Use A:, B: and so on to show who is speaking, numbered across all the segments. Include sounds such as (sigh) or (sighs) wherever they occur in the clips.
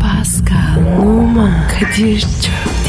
A: Pascal, Oman, Kadir çok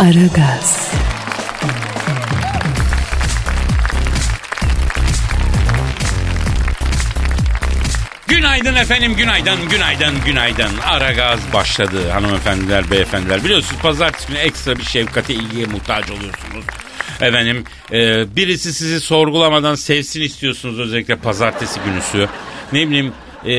A: Aragaz,
B: Günaydın efendim, günaydın, günaydın, günaydın. Ara gaz başladı hanımefendiler, beyefendiler. Biliyorsunuz pazartesi günü ekstra bir şefkate, ilgiye muhtaç oluyorsunuz. Efendim, e, birisi sizi sorgulamadan sevsin istiyorsunuz özellikle pazartesi günüsü. Ne bileyim, e,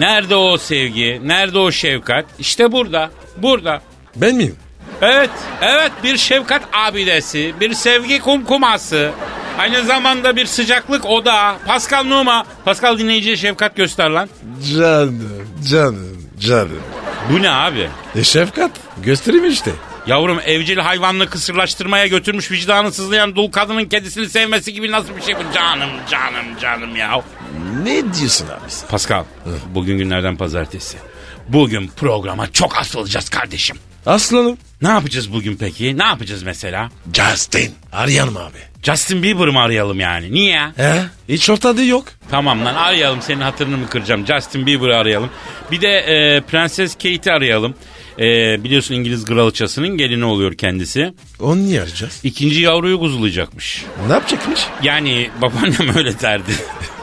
B: nerede o sevgi, nerede o şefkat? İşte burada, burada.
C: Ben miyim?
B: Evet, evet bir şefkat abidesi, bir sevgi kumkuması. Aynı zamanda bir sıcaklık oda. Pascal Numa. Pascal dinleyiciye şefkat göster lan.
C: Canım, canım, canım.
B: Bu ne abi?
C: E şefkat, göstereyim işte.
B: Yavrum evcil hayvanını kısırlaştırmaya götürmüş vicdanı sızlayan dul kadının kedisini sevmesi gibi nasıl bir şey bu? Canım canım canım ya.
C: Ne diyorsun abi sen?
B: Pascal bugün günlerden pazartesi. Bugün programa çok asılacağız kardeşim.
C: Aslanım.
B: Ne yapacağız bugün peki? Ne yapacağız mesela?
C: Justin. Arayan mı abi?
B: Justin Bieber'ı mı arayalım yani? Niye?
C: He? Hiç ortada yok.
B: Tamam lan arayalım senin hatırını mı kıracağım? Justin Bieber'ı arayalım. Bir de e, Prenses Kate'i arayalım. E, biliyorsun İngiliz kraliçasının gelini oluyor kendisi.
C: Onu niye arayacağız?
B: İkinci yavruyu kuzulayacakmış.
C: Ne yapacakmış?
B: Yani babaannem (laughs) öyle derdi.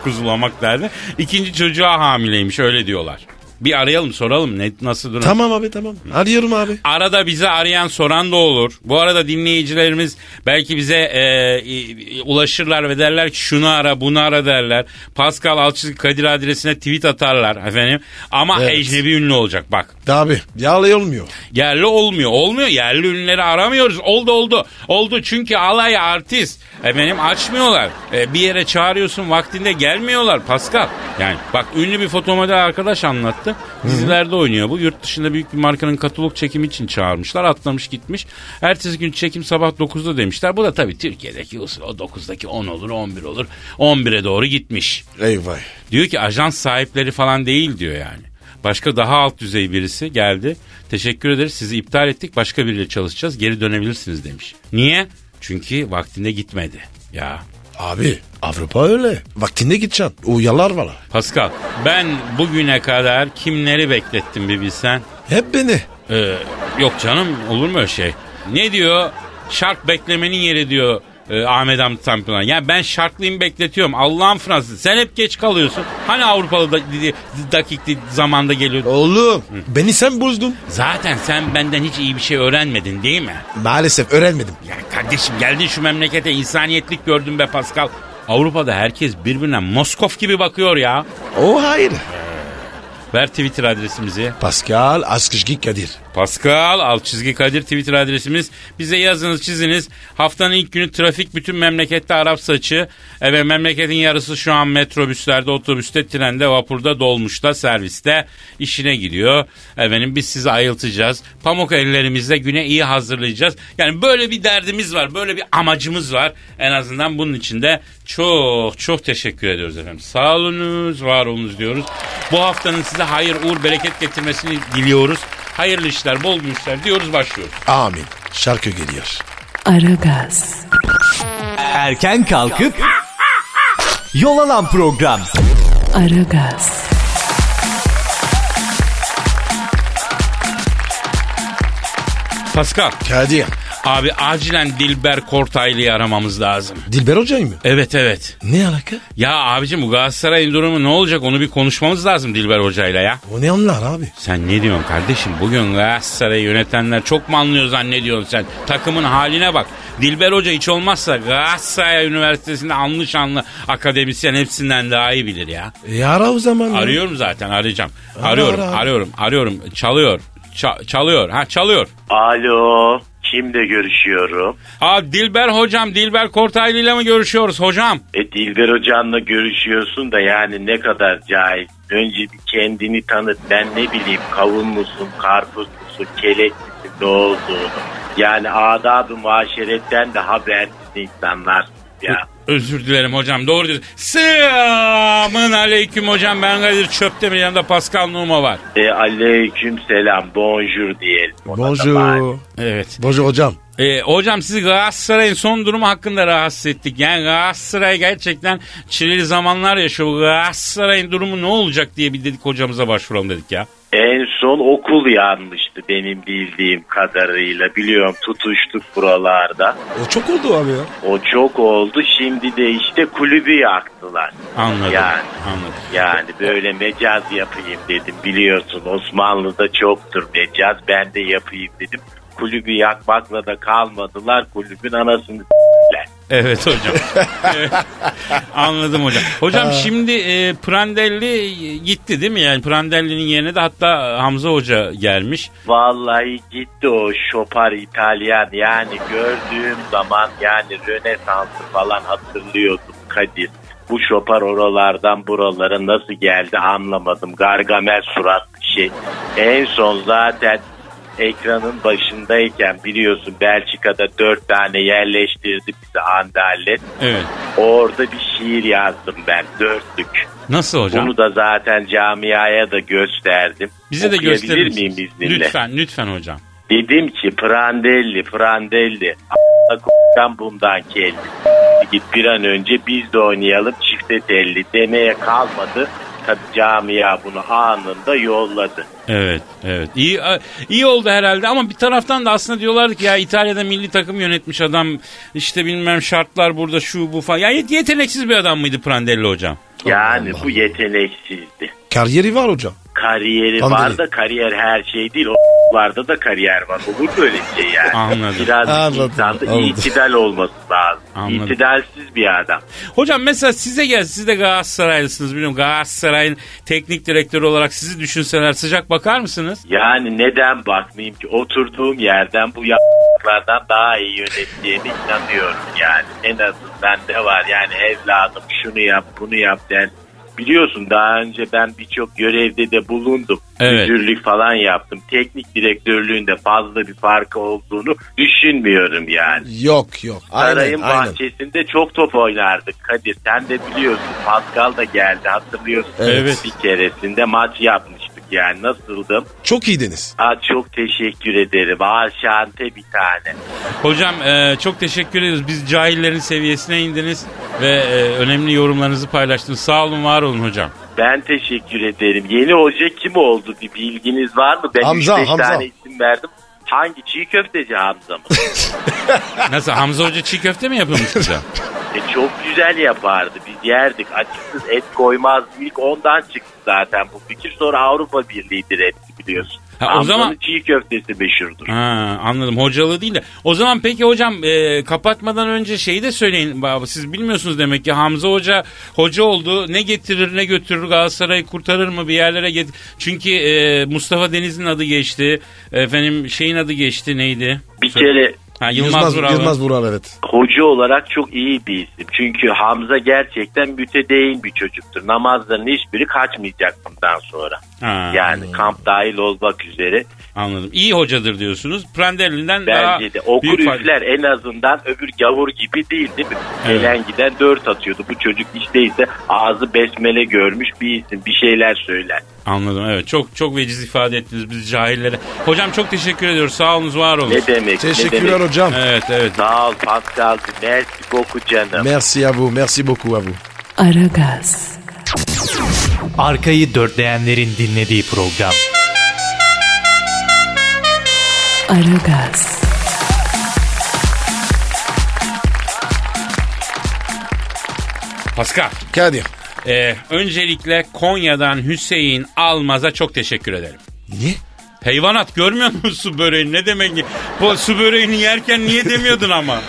B: Kuzulamak derdi. İkinci çocuğa hamileymiş öyle diyorlar. Bir arayalım soralım ne, nasıl durum.
C: Tamam abi tamam. Arıyorum abi.
B: Arada bizi arayan soran da olur. Bu arada dinleyicilerimiz belki bize e, e, ulaşırlar ve derler ki şunu ara bunu ara derler. Pascal Alçı Kadir adresine tweet atarlar efendim. Ama
C: Evet.
B: ecnebi ünlü olacak bak.
C: Da abi yağlay olmuyor.
B: Yerli olmuyor. Olmuyor. Yerli ünlüleri aramıyoruz. Oldu oldu. Oldu çünkü alay artist. Efendim açmıyorlar. E, bir yere çağırıyorsun vaktinde gelmiyorlar Pascal. Yani bak ünlü bir fotomodel arkadaş anlattı. Dizilerde oynuyor bu. Yurt dışında büyük bir markanın katalog çekimi için çağırmışlar. Atlamış gitmiş. Ertesi gün çekim sabah 9'da demişler. Bu da tabii Türkiye'deki usul o 9'daki 10 olur 11 olur. 11'e doğru gitmiş.
C: Eyvah.
B: Diyor ki ajans sahipleri falan değil diyor yani. Başka daha alt düzey birisi geldi. Teşekkür ederiz sizi iptal ettik başka biriyle çalışacağız geri dönebilirsiniz demiş. Niye? Çünkü vaktinde gitmedi. Ya
C: Abi Avrupa öyle. Vaktinde gideceksin. O yalar valla.
B: Pascal ben bugüne kadar kimleri beklettim bir bilsen.
C: Hep beni.
B: Ee, yok canım olur mu öyle şey? Ne diyor? Şark beklemenin yeri diyor e, Ahmet Hamdi Tanpınar. Ya ben şarklıyım bekletiyorum. Allah'ın Fransız. Sen hep geç kalıyorsun. Hani Avrupalı da, di- di- dakik di- zamanda geliyor.
C: Oğlum beni sen bozdun.
B: Zaten sen benden hiç iyi bir şey öğrenmedin değil mi?
C: Maalesef öğrenmedim.
B: Ya kardeşim geldin şu memlekete insaniyetlik gördün be Pascal. Avrupa'da herkes birbirine Moskov gibi bakıyor ya.
C: O hayır.
B: Ver Twitter adresimizi.
C: Pascal Askışgi Kadir.
B: Pascal alt çizgi Kadir Twitter adresimiz. Bize yazınız çiziniz. Haftanın ilk günü trafik bütün memlekette Arap saçı. Evet memleketin yarısı şu an metrobüslerde, otobüste, trende, vapurda, dolmuşta, serviste işine gidiyor. Efendim biz sizi ayıltacağız. Pamuk ellerimizle güne iyi hazırlayacağız. Yani böyle bir derdimiz var, böyle bir amacımız var. En azından bunun için de çok çok teşekkür ediyoruz efendim. Sağ olunuz, var olunuz diyoruz. Bu haftanın size hayır, uğur, bereket getirmesini diliyoruz. Hayırlı işler, bol gülüşler diyoruz başlıyoruz.
C: Amin. Şarkı geliyor.
A: Aragaz,
D: Erken kalkıp yol alan program.
A: Aragaz,
B: Pascal,
C: Kadir.
B: abi acilen Dilber Kortaylı'yı aramamız lazım.
C: Dilber Hoca'yı mı?
B: Evet evet.
C: Ne alaka?
B: Ya abicim bu Galatasaray'ın durumu ne olacak onu bir konuşmamız lazım Dilber Hoca'yla ya.
C: O ne anlar abi?
B: Sen ne diyorsun kardeşim? Bugün Galatasaray'ı yönetenler çok mu anlıyor zannediyorsun sen? Takımın haline bak. Dilber Hoca hiç olmazsa Galatasaray Üniversitesi'nde anlı şanlı akademisyen hepsinden daha iyi bilir ya.
C: E ara o zaman. ya.
B: Arıyorum zaten arayacağım.
C: Ara,
B: Arıyorum,
C: ara, ara.
B: arıyorum, arıyorum. Çalıyor. Ça- çalıyor. Ha çalıyor.
E: Alo.
F: Kimle görüşüyorum?
B: Abi Dilber hocam Dilber Kortaylı ile mi görüşüyoruz hocam?
F: E Dilber Hoca'nla görüşüyorsun da yani ne kadar cahil. Önce bir kendini tanıt. Ben ne bileyim kavun musun, karpuz musun, kelek misin, ne olduğunu. Yani adab-ı muaşeretten de habersiz insanlar ya.
B: Özür dilerim hocam doğru diyorsun. Selamın aleyküm hocam ben Kadir Çöptemir yanında Pascal Numa var.
F: E, aleyküm selam, bonjour diyelim. Ona da bari.
C: Bonjour.
B: Evet.
C: Bonjour hocam.
B: Ee, hocam sizi Galatasaray'ın son durumu hakkında rahatsız ettik. Yani Galatasaray gerçekten çileli zamanlar yaşıyor. Galatasaray'ın durumu ne olacak diye bir dedik hocamıza başvuralım dedik ya.
F: En son okul yanmıştı benim bildiğim kadarıyla. Biliyorum tutuştuk buralarda.
C: O E, çok oldu abi ya.
F: O çok oldu. Şimdi de işte kulübü yaktılar.
B: Anladım.
F: Yani.
B: Anladım.
F: Yani böyle mecaz yapayım dedim. Biliyorsun Osmanlı'da çoktur mecaz. Ben de yapayım dedim. Kulübü yakmakla da kalmadılar. Kulübün anasını s**ler.
B: Evet hocam. (laughs) Evet. Anladım hocam. Hocam şimdi e, Prandelli gitti değil mi? Yani Prandelli'nin yerine de hatta Hamza Hoca gelmiş.
F: Vallahi gitti o şopar İtalyan. Yani gördüğüm zaman yani Rönesans'ı falan hatırlıyordum Kadir. Bu şopar oralardan buralara nasıl geldi anlamadım. Gargamel suratlı şey. En son zaten ekranın başındayken biliyorsun Belçika'da dört tane yerleştirdi bizi Anderlet.
B: Evet.
F: Orada bir şiir yazdım ben dörtlük.
B: Nasıl hocam?
F: Bunu da zaten camiaya da gösterdim.
B: Bize de
F: Okuyabilir
B: gösterir
F: miyim
B: misiniz?
F: izninle?
B: Lütfen, lütfen hocam.
F: Dedim ki Prandelli, Prandelli. a**a k***dan bundan kelli. Git bir an önce biz de oynayalım çifte telli demeye kalmadı. Tabii camia bunu anında yolladı.
B: Evet, evet. İyi, iyi oldu herhalde ama bir taraftan da aslında diyorlardı ki ya İtalya'da milli takım yönetmiş adam işte bilmem şartlar burada şu bu falan. Ya yet- yeteneksiz bir adam mıydı Prandelli hocam?
F: Yani bu yeteneksizdi.
C: Kariyeri var hocam.
F: Kariyeri
C: Prandelli.
F: var da kariyer her şey değil. O larda da kariyer var. Olur böyle bir şey yani.
B: Anladım.
F: Biraz
C: Anladım,
F: insanda
C: anladım.
F: itidal olması lazım.
B: Anladım.
F: İtidalsiz bir adam.
B: Hocam mesela size gel siz de Galatasaraylısınız biliyorum. Galatasaray'ın teknik direktörü olarak sizi düşünseler sıcak bakar mısınız?
F: Yani neden bakmayayım ki oturduğum yerden bu yapraklardan daha iyi yönettiğimi inanıyorum yani. En azından ne var yani evladım şunu yap bunu yap den. Biliyorsun daha önce ben birçok görevde de bulundum.
B: Evet.
F: Müdürlük falan yaptım. Teknik direktörlüğünde fazla bir farkı olduğunu düşünmüyorum yani.
C: Yok yok. Aynen
F: Sarayın
C: aynen.
F: bahçesinde çok top oynardık Kadir. Sen de biliyorsun Pascal da geldi hatırlıyorsun.
B: Evet.
F: Bir keresinde maç yapmıştık yani nasıldım?
C: Çok iyiydiniz.
F: Aa, çok teşekkür ederim. Aa, şante bir tane.
B: Hocam e, çok teşekkür ediyoruz. Biz cahillerin seviyesine indiniz ve e, önemli yorumlarınızı paylaştınız. Sağ olun, var olun hocam.
F: Ben teşekkür ederim. Yeni hoca kim oldu? Bir bilginiz var mı? Ben
C: Hamza,
F: üç beş
C: Hamza.
F: tane isim verdim. Hangi çiğ köfteci Hamza mı?
B: Nasıl Hamza Hoca çiğ köfte mi yapıyormuş size?
F: e, çok güzel yapardı. Biz yerdik. Açıksız et koymaz. İlk ondan çıktı zaten bu fikir. Sonra Avrupa Birliği'dir etti biliyorsun.
B: Ha, o
F: Hamza'nın
B: zaman-
F: çiğ köftesi meşhurdur.
B: Ha, anladım. Hocalığı değil de. O zaman peki hocam e, kapatmadan önce şeyi de söyleyin. Ba- Siz bilmiyorsunuz demek ki Hamza Hoca hoca oldu. Ne getirir ne götürür Galatasaray'ı kurtarır mı bir yerlere get Çünkü e, Mustafa Deniz'in adı geçti. Efendim şeyin adı geçti neydi?
F: Bir kere
B: Ha, Yılmaz,
C: Yılmaz,
B: Vural.
C: Yılmaz Vural evet.
F: hoca olarak çok iyi bir isim. Çünkü Hamza gerçekten mütedeyin bir çocuktur. Namazların hiçbiri kaçmayacak bundan sonra.
B: Ha,
F: Yani kamp dahil olmak üzere.
B: Anladım. İyi hocadır diyorsunuz. Prandelli'den daha
F: Bence de okur
B: büyük fark-
F: üfler en azından öbür gavur gibi değil değil mi?
B: Evet.
F: Gelen giden dört atıyordu. Bu çocuk işteyse ağzı besmele görmüş bir isim. Bir şeyler söyler.
B: Anladım evet. Çok çok veciz ifade ettiniz biz cahillere. Hocam çok teşekkür ediyoruz. Sağ olunuz, var olun.
F: Ne demek? ne
C: Teşekkürler
F: demek?
C: hocam.
B: Evet evet.
F: Sağ ol Pascal'cığım. Merci beaucoup canım.
C: Merci à vous. Merci beaucoup à vous.
A: Aragaz,
D: Arkayı dörtleyenlerin dinlediği program.
A: Aragaz,
B: Pascal.
C: Kadir.
B: Ee, öncelikle Konya'dan Hüseyin Almaz'a çok teşekkür ederim.
C: Niye?
B: Heyvanat görmüyor musun su böreğini? Ne demek ki? Bu su böreğini yerken niye demiyordun ama?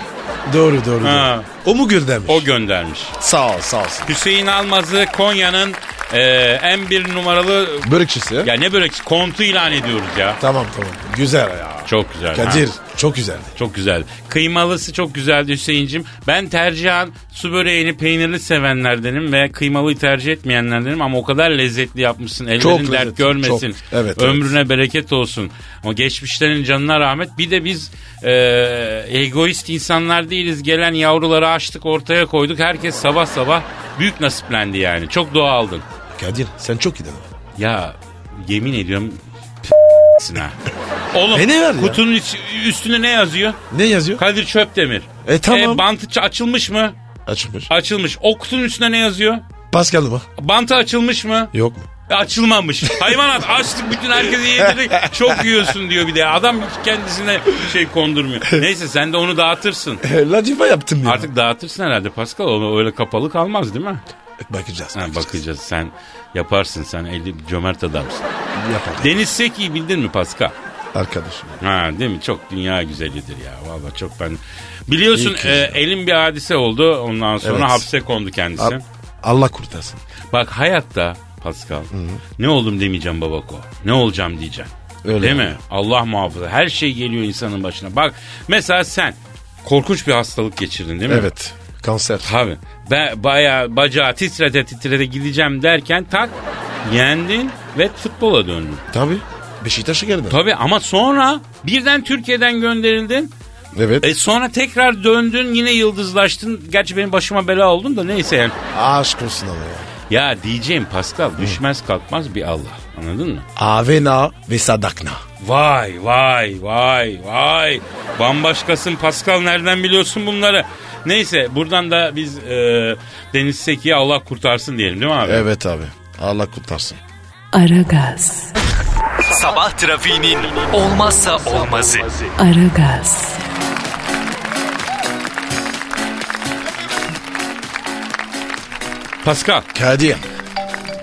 C: Doğru doğru.
B: Ha.
C: doğru. O mu göndermiş?
B: O göndermiş.
C: Sağ ol sağ olsun.
B: Hüseyin Almaz'ı Konya'nın e, en bir numaralı...
C: Börekçisi.
B: Ya ne börek kontu ilan ediyoruz ya.
C: Tamam tamam. Güzel ya.
B: Çok güzel. ha.
C: Kadir Çok güzeldi.
B: Çok güzel. Kıymalısı çok güzeldi Hüseyin'cim. Ben tercihen su böreğini peynirli sevenlerdenim ve kıymalıyı tercih etmeyenlerdenim ama o kadar lezzetli yapmışsın. Ellerin
C: Çok
B: dert
C: lezzetli,
B: görmesin.
C: çok. Evet,
B: Ömrüne bereket olsun. O geçmişlerin canına rahmet. Bir de biz e, egoist insanlar değiliz. Gelen yavruları açtık ortaya koyduk. Herkes sabah sabah büyük nasiplendi yani. Çok dua aldın.
C: Kadir sen çok iyi dedin.
B: Ya yemin ediyorum (laughs) ha. Oğlum
C: E ne var ya?
B: kutunun iç- üstünde ne yazıyor?
C: Ne yazıyor?
B: Kadir Çöpdemir.
C: E, tamam.
B: E, bantı ç- açılmış mı?
C: Açılmış.
B: Açılmış. O kutunun üstünde ne yazıyor?
C: Pascal mı?
B: Bantı açılmış mı?
C: (laughs) Yok mu?
B: E, açılmamış. Hayvanat açtık bütün herkese yedirdik. Çok yiyorsun diyor bir de. Adam hiç kendisine şey kondurmuyor. Neyse sen de onu dağıtırsın.
C: Ladifa yaptım ya.
B: Artık dağıtırsın herhalde Pascal. Onu öyle kapalı kalmaz değil mi?
C: Bakacağız.
B: Ha,
C: bakacağız.
B: bakacağız. Sen yaparsın. Sen eli cömert adamsın.
C: Yapalım.
B: Deniz Seki'yi bildin mi Pascal?
C: Arkadaşım.
B: Ha değil mi? Çok dünya güzelidir ya. Valla çok ben... Biliyorsun e, elin bir hadise oldu. Ondan sonra
C: Evet.
B: hapse kondu kendisi.
C: A- Allah kurtarsın.
B: Bak hayatta Pascal ne oldum demeyeceğim babako. Ne olacağım diyeceğim.
C: Öyle
B: değil
C: yani.
B: mi? Allah muhafaza. Her şey geliyor insanın başına. Bak mesela sen korkunç bir hastalık geçirdin değil mi?
C: Evet. Kanser.
B: Tabii. Ben bayağı bacağı titrete titrete gideceğim derken tak yendin ve futbola döndün.
C: Tabii. Beşiktaş'a geldi.
B: Tabii ama sonra birden Türkiye'den gönderildin.
C: Evet.
B: E sonra tekrar döndün yine yıldızlaştın. Gerçi benim başıma bela oldun da neyse yani.
C: Aşk olsun ama ya.
B: Ya diyeceğim Pascal düşmez kalkmaz bir Allah. Anladın mı?
C: Avena ve Sadakna.
B: Vay vay vay vay. Bambaşkasın Pascal nereden biliyorsun bunları? Neyse buradan da biz e, Deniz Seki'ye Allah kurtarsın diyelim değil mi abi?
C: Evet abi. Allah kurtarsın.
A: Aragaz,
D: Sabah trafiğinin olmazsa olmazı.
A: Aragaz,
B: Pascal.
C: Kadir.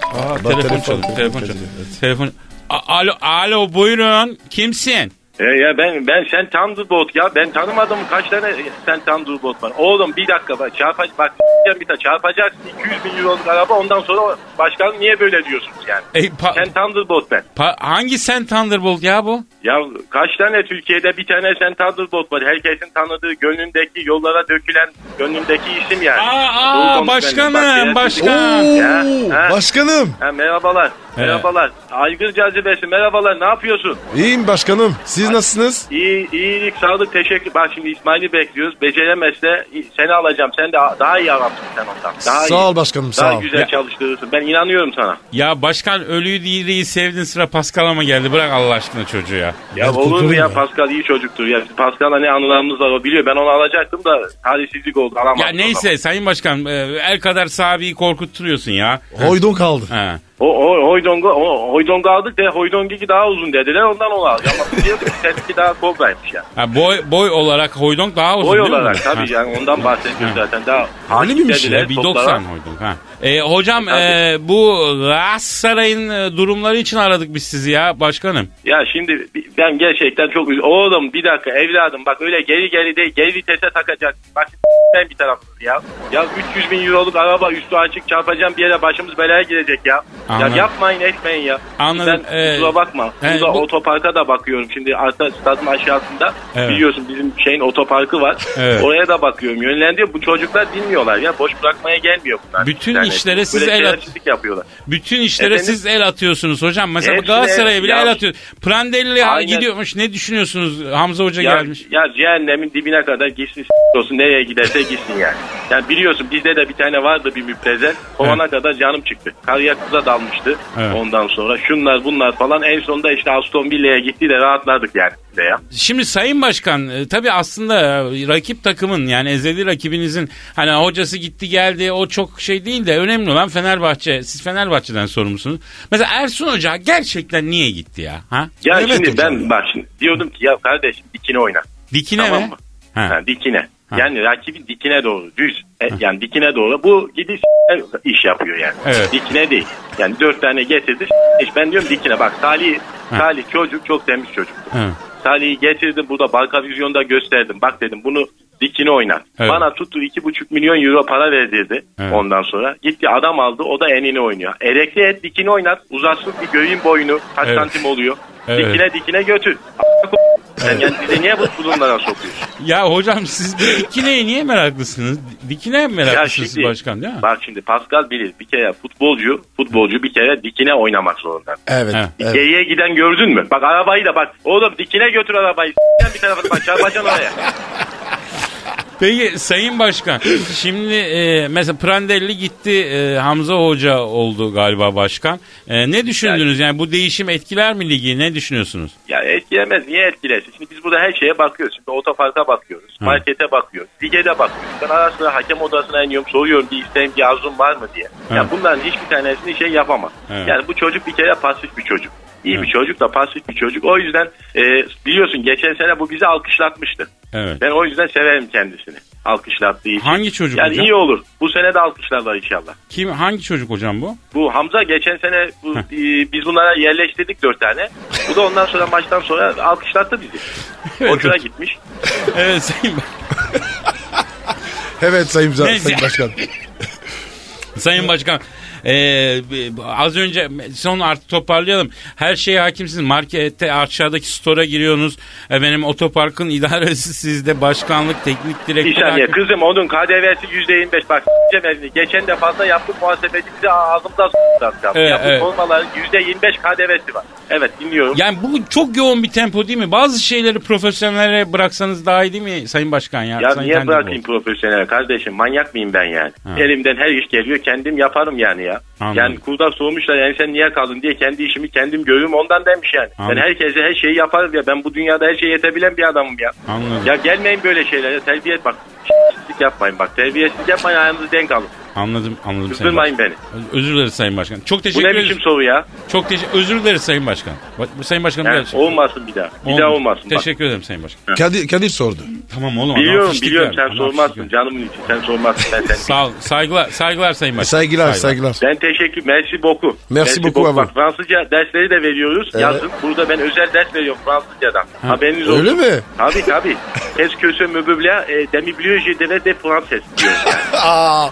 B: Aa,
C: bak,
B: telefon
C: telefon
B: çaldı. Telefon
C: çaldı, telefon
B: çaldı.
C: çaldı,
B: Telefon. A- alo, alo buyurun. Kimsin?
F: E ya ben ben sen Thunderbolt ya ben tanımadım kaç tane sen Thunderbolt var. Oğlum bir dakika bak çarpac bak s**eceğim bir tane çarpacaksın 200 bin euroluk araba ondan sonra başkan niye böyle diyorsunuz yani.
B: E, pa-
F: Sen Thunderbolt ben.
B: pa- hangi sen Thunderbolt ya bu?
F: Ya kaç tane Türkiye'de bir tane sen Thunderbolt var. Herkesin tanıdığı gönlündeki yollara dökülen gönlündeki isim yani.
B: Aa, aa,
F: Doğru konuş
B: başkanım,
F: benimle. Bak,
B: başkan.
F: ya, ya, ha.
C: Başkanım.
F: Ha, merhabalar. Merhabalar. Aygır cazibesi merhabalar. Ne yapıyorsun?
C: İyiyim başkanım. Siz nasılsınız?
F: İyi, iyilik, sağlık, teşekkür. Bak şimdi İsmail'i bekliyoruz. Beceremezse seni alacağım. Sen de daha iyi adamsın sen ondan. Daha
C: sağ
F: iyi.
C: ol başkanım
F: Daha
C: sağ ol.
F: güzel
B: Ya-
F: çalıştırırsın. Ben inanıyorum sana.
B: Ya başkan ölüyü diriyi sevdin sıra Pascal'a mı geldi? Bırak Allah aşkına çocuğu ya.
F: Ya
C: Ben
F: olur mu
C: kurtarayım
F: ya?
C: ya.
F: Pascal iyi çocuktur. Ya Pascal'la ne anılarımız var o biliyor. Ben onu alacaktım da talihsizlik oldu. Alamadım.
B: Ya
F: o zaman.
B: neyse sayın başkan e, el kadar sahibi korkutturuyorsun ya.
C: Hoydon kaldı.
B: Ha.
F: O, o hoydongu, o, hoydongu aldık de hoydongi daha uzun dediler ondan onu aldık. Ama (laughs) biliyorsun seninki daha kobraymış ya.
B: Ha, boy boy olarak hoydonk daha uzun
F: Boy
B: değil mi?
F: olarak
B: Ha.
F: tabii yani ondan bahsediyoruz zaten. Daha
C: Öyle miymiş
F: dediler,
C: ya?
B: Ya, bir 90
F: toplara.
B: hoydonk ha. E, hocam e, bu Galatasaray'ın e, durumları için aradık biz sizi ya başkanım.
F: Ya şimdi bi- ben gerçekten çok üzüldüm. Oğlum bir dakika evladım bak öyle geri geri değil geri vitese takacak. Bak ben bir tarafsız ya. Ya 300 bin euroluk araba üstü açık çarpacağım bir yere başımız belaya girecek ya.
B: Anladım.
F: Ya yapmayın etmeyin ya.
B: Anladım.
F: Sen
B: Ee,
F: kusura bakma.
B: he,
F: Burada
B: bu-
F: otoparka da bakıyorum. Şimdi arka stadın aşağısında
B: Evet.
F: biliyorsun bizim şeyin otoparkı var.
B: Evet.
F: Oraya da bakıyorum. Yönlendiriyor. Bu çocuklar dinmiyorlar ya. Boş bırakmaya gelmiyor bunlar.
B: Bütün
F: Yani
B: işlere siz
F: böyle
B: el
F: el
B: at-
F: yapıyorlar.
B: Bütün işlere
F: Efendim?
B: siz el atıyorsunuz hocam. Mesela
F: Hepsine
B: Galatasaray'a bile
F: el-
B: el
F: ya-
B: atıyorsunuz. Prandelli ha-
F: Aynen.
B: gidiyormuş. Ne düşünüyorsunuz? Hamza Hoca
F: Ya,
B: gelmiş.
F: ya cehennemin dibine kadar gitsin s- olsun nereye giderse gitsin yani. Yani biliyorsun bizde de bir tane vardı bir müptezel. Kovana kadar canım çıktı. Kariyer kıza dalmıştı
B: Evet.
F: ondan sonra. Şunlar bunlar falan en sonunda işte Aston Villa'ya gitti de rahatladık yani. biz de Ya.
B: Şimdi Sayın Başkan e, tabii aslında e, rakip takımın yani ezeli rakibinizin hani hocası gitti geldi o çok şey değil de önemli olan Fenerbahçe. Siz Fenerbahçe'den sorumlusunuz. Mesela Ersun Hoca gerçekten niye gitti ya? Ha?
F: Ya
C: Evet
F: şimdi
C: hocam
F: ben
C: ya.
F: bak şimdi diyordum ki ya kardeşim dikine oyna.
B: Dikine
F: Tamam
B: mi?
F: mı?
B: Ha.
F: Ha, dikine.
B: Ha.
F: Yani rakibin dikine doğru düz E, yani dikine doğru bu gidiş iş yapıyor yani.
B: Evet.
F: Dikine değil. Yani dört tane getirdi iş. Ben diyorum dikine bak Salih,
B: Ha.
F: Salih çocuk çok temiz çocuktu.
B: Ha.
F: Salih'i getirdim burada Balka Vizyon'da gösterdim. Bak dedim bunu dikine oynat.
B: Evet.
F: Bana tuttu iki buçuk milyon euro para verdirdi
B: Evet.
F: ondan sonra. Gitti adam aldı o da enini oynuyor. Erekli et dikine oynat uzatsın bir göğün boyunu kaç
B: Evet.
F: santim oluyor.
B: Evet.
F: Dikine dikine götür. Sen yani bizi niye bu bulunlara sokuyorsun?
B: Ya hocam siz de dikineye niye meraklısınız? Dikineye mi
F: Ya
B: meraklısınız siz başkan değil mi?
F: Bak şimdi Pascal bilir bir kere futbolcu futbolcu bir kere dikine oynamak zorunda.
C: Evet.
B: Ha.
C: evet.
F: Dikeye giden gördün mü? Bak arabayı da bak. Oğlum dikine götür arabayı. S**ken bir tarafa bak çarpacaksın oraya.
B: Peki Sayın Başkan şimdi e, mesela Prandelli gitti e, Hamza Hoca oldu galiba başkan. E, ne düşündünüz yani bu değişim etkiler mi ligi ne düşünüyorsunuz?
F: Ya etkilemez. Niye etkilesin? Şimdi biz burada her şeye bakıyoruz. Şimdi otoparka bakıyoruz. Markete bakıyoruz. Lige de bakıyoruz. Ben ara sıra hakem odasına iniyorum. Soruyorum bir isteğim bir arzum var mı diye.
B: Evet.
F: Ya bunların hiçbir tanesini şey yapamaz.
B: Evet.
F: Yani bu çocuk bir kere pasif bir çocuk. İyi bir çocuk da pasif bir çocuk. O yüzden e, biliyorsun geçen sene bu bizi alkışlatmıştı.
B: Evet.
F: Ben o yüzden severim kendisini. Alkışlattığı için.
B: Hangi çocuk
F: yani
B: hocam?
F: iyi olur. Bu sene de alkışlarlar inşallah.
B: Kim hangi çocuk hocam
F: (laughs)
B: bu?
F: Bu Hamza geçen sene bu, e, biz bunlara yerleştirdik dört tane. Bu da ondan sonra maçtan sonra alkışlattı bizi. Hoşuna gitmiş.
B: evet Sayın,
C: Evet Sayın,
B: Neyse.
C: Sayın Başkan.
B: Sayın Başkan e, az önce son artık toparlayalım. Her şeye hakimsiniz. Markette aşağıdaki store'a giriyorsunuz. Efendim otoparkın (laughs) idaresi sizde. Başkanlık, teknik
F: Bir
B: direktör.
F: saniye
B: hakim-
F: kızım onun KDV'si %25 bak s**eceğim elini. Geçen defasında yaptık muhasebeci bizi ağzımda s**tılar.
B: Evet,
F: yaptık
B: evet.
F: olmaları %25 KDV'si var. Evet dinliyorum.
B: Yani bu çok yoğun bir tempo değil mi? Bazı şeyleri profesyonellere bıraksanız daha iyi değil mi Sayın Başkan ya?
F: Ya
B: Sayın
F: niye
B: Tendel
F: bırakayım profesyonel kardeşim manyak mıyım ben yani?
B: Ha.
F: Elimden her iş geliyor kendim yaparım yani ya.
B: Anladım.
F: Yani kurda soğumuşlar yani sen niye kaldın diye kendi işimi kendim görüyorum ondan demiş yani.
B: Anladım.
F: Ben herkese her şeyi yaparım ya ben bu dünyada her şeye yetebilen bir adamım ya.
B: bu? Anladım.
F: Ya gelmeyin böyle şeylere terbiye et bak. s**tlik yapmayın bak terbiyesizlik yapmayın ayağınızı denk alın.
B: Anladım, anladım Sayın Başkan.
F: Kızdırmayın beni.
B: Özür dileriz Sayın Başkan. Çok
F: Bu
B: teşekkür
F: ne
B: ederiz.
F: biçim soru ya?
B: Çok teşekkür Özür dileriz Sayın Başkan. Bak, bu Sayın Başkan
F: Yani olmasın bir daha. Bir daha olmasın. Bak.
B: Teşekkür ederim Sayın Başkan.
C: Kadir, Kadir sordu.
B: Tamam oğlum. adam
F: Biliyorum
B: fiştik
F: biliyorum
B: verdi.
F: sen
B: Adam
F: sormazsın
B: fiştik
F: canımın için sen sormazsın ben
B: verdi.
F: sen.
B: Sağ ol. Saygılar, saygılar Sayın Başkan.
C: Saygılar, saygılar.
F: Ben teşekkür merci beaucoup.
C: Merci beaucoup abi.
F: Bak Fransızca dersleri de veriyoruz.
C: Evet.
F: Yazın burada ben özel ders veriyorum Fransızcadan. Haberiniz olsun.
C: Öyle mi?
F: Tabii tabii. Es que ce meuble e, demi bioloji de de Franses diyorum.
C: (laughs) Aa,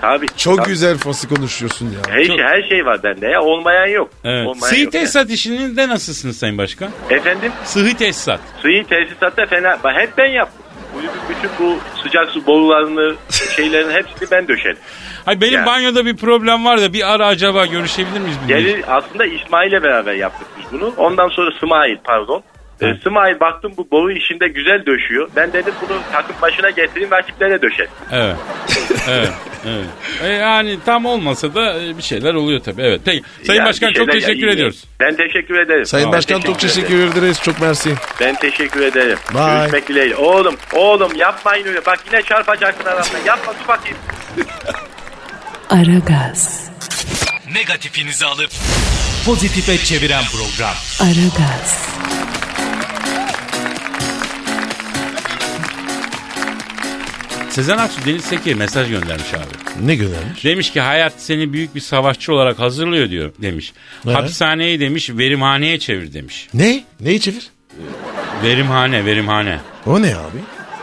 F: Tabii.
C: çok
F: tabii.
C: güzel Fas'ı konuşuyorsun ya.
F: Her,
B: Çok-
F: şey, her şey var bende ya. Olmayan yok.
B: Evet.
F: Olmayan
B: Sıhhi
F: yok.
B: tesisat işinde nasılsınız Sayın Başkan?
F: Efendim?
B: Sıhhi tesisat.
F: Suyu tesisatta fena. Bak, Hep ben yaptım. Kulübün bütün bu sıcak
C: (laughs)
F: su borularını, şeylerin hepsini ben döşedim.
B: Hayır benim
F: Ya.
B: banyoda bir problem var da bir ara acaba görüşebilir miyiz? bugün?
F: Gelin aslında İsmail'le beraber yaptık biz bunu. Ondan sonra Smail pardon. Ee, Smail baktım bu boru işinde güzel döşüyor. Ben dedim bunu takım başına getireyim rakiplere döşelim.
B: Evet. evet. Evet. E, yani tam olmasa da e, bir şeyler oluyor tabii. Evet. Peki. Sayın
F: Yani
B: Başkan
F: bir
B: çok
F: şeyler-
B: teşekkür
F: yani-
B: ediyoruz.
F: Ben teşekkür ederim.
C: Sayın
F: Ben
C: Başkan çok teşekkür ederiz. Çok mersi.
F: Ben teşekkür ederim.
C: Bye.
F: Görüşmek dileğiyle. Oğlum oğlum yapmayın öyle. Bak yine çarpacaksın adamla. Yapma dur bakayım.
A: Aragaz,
D: Negatifinizi alıp pozitife çeviren program.
A: Aragaz,
B: Sezen Aksu Deniz Seki mesaj göndermiş abi.
C: Ne göndermiş?
B: Demiş ki hayat seni büyük bir savaşçı olarak hazırlıyor diyor demiş.
C: Evet.
B: Hapishaneyi demiş verimhaneye çevir demiş.
C: Ne? Neyi çevir?
B: Verimhane verimhane.
C: O ne abi?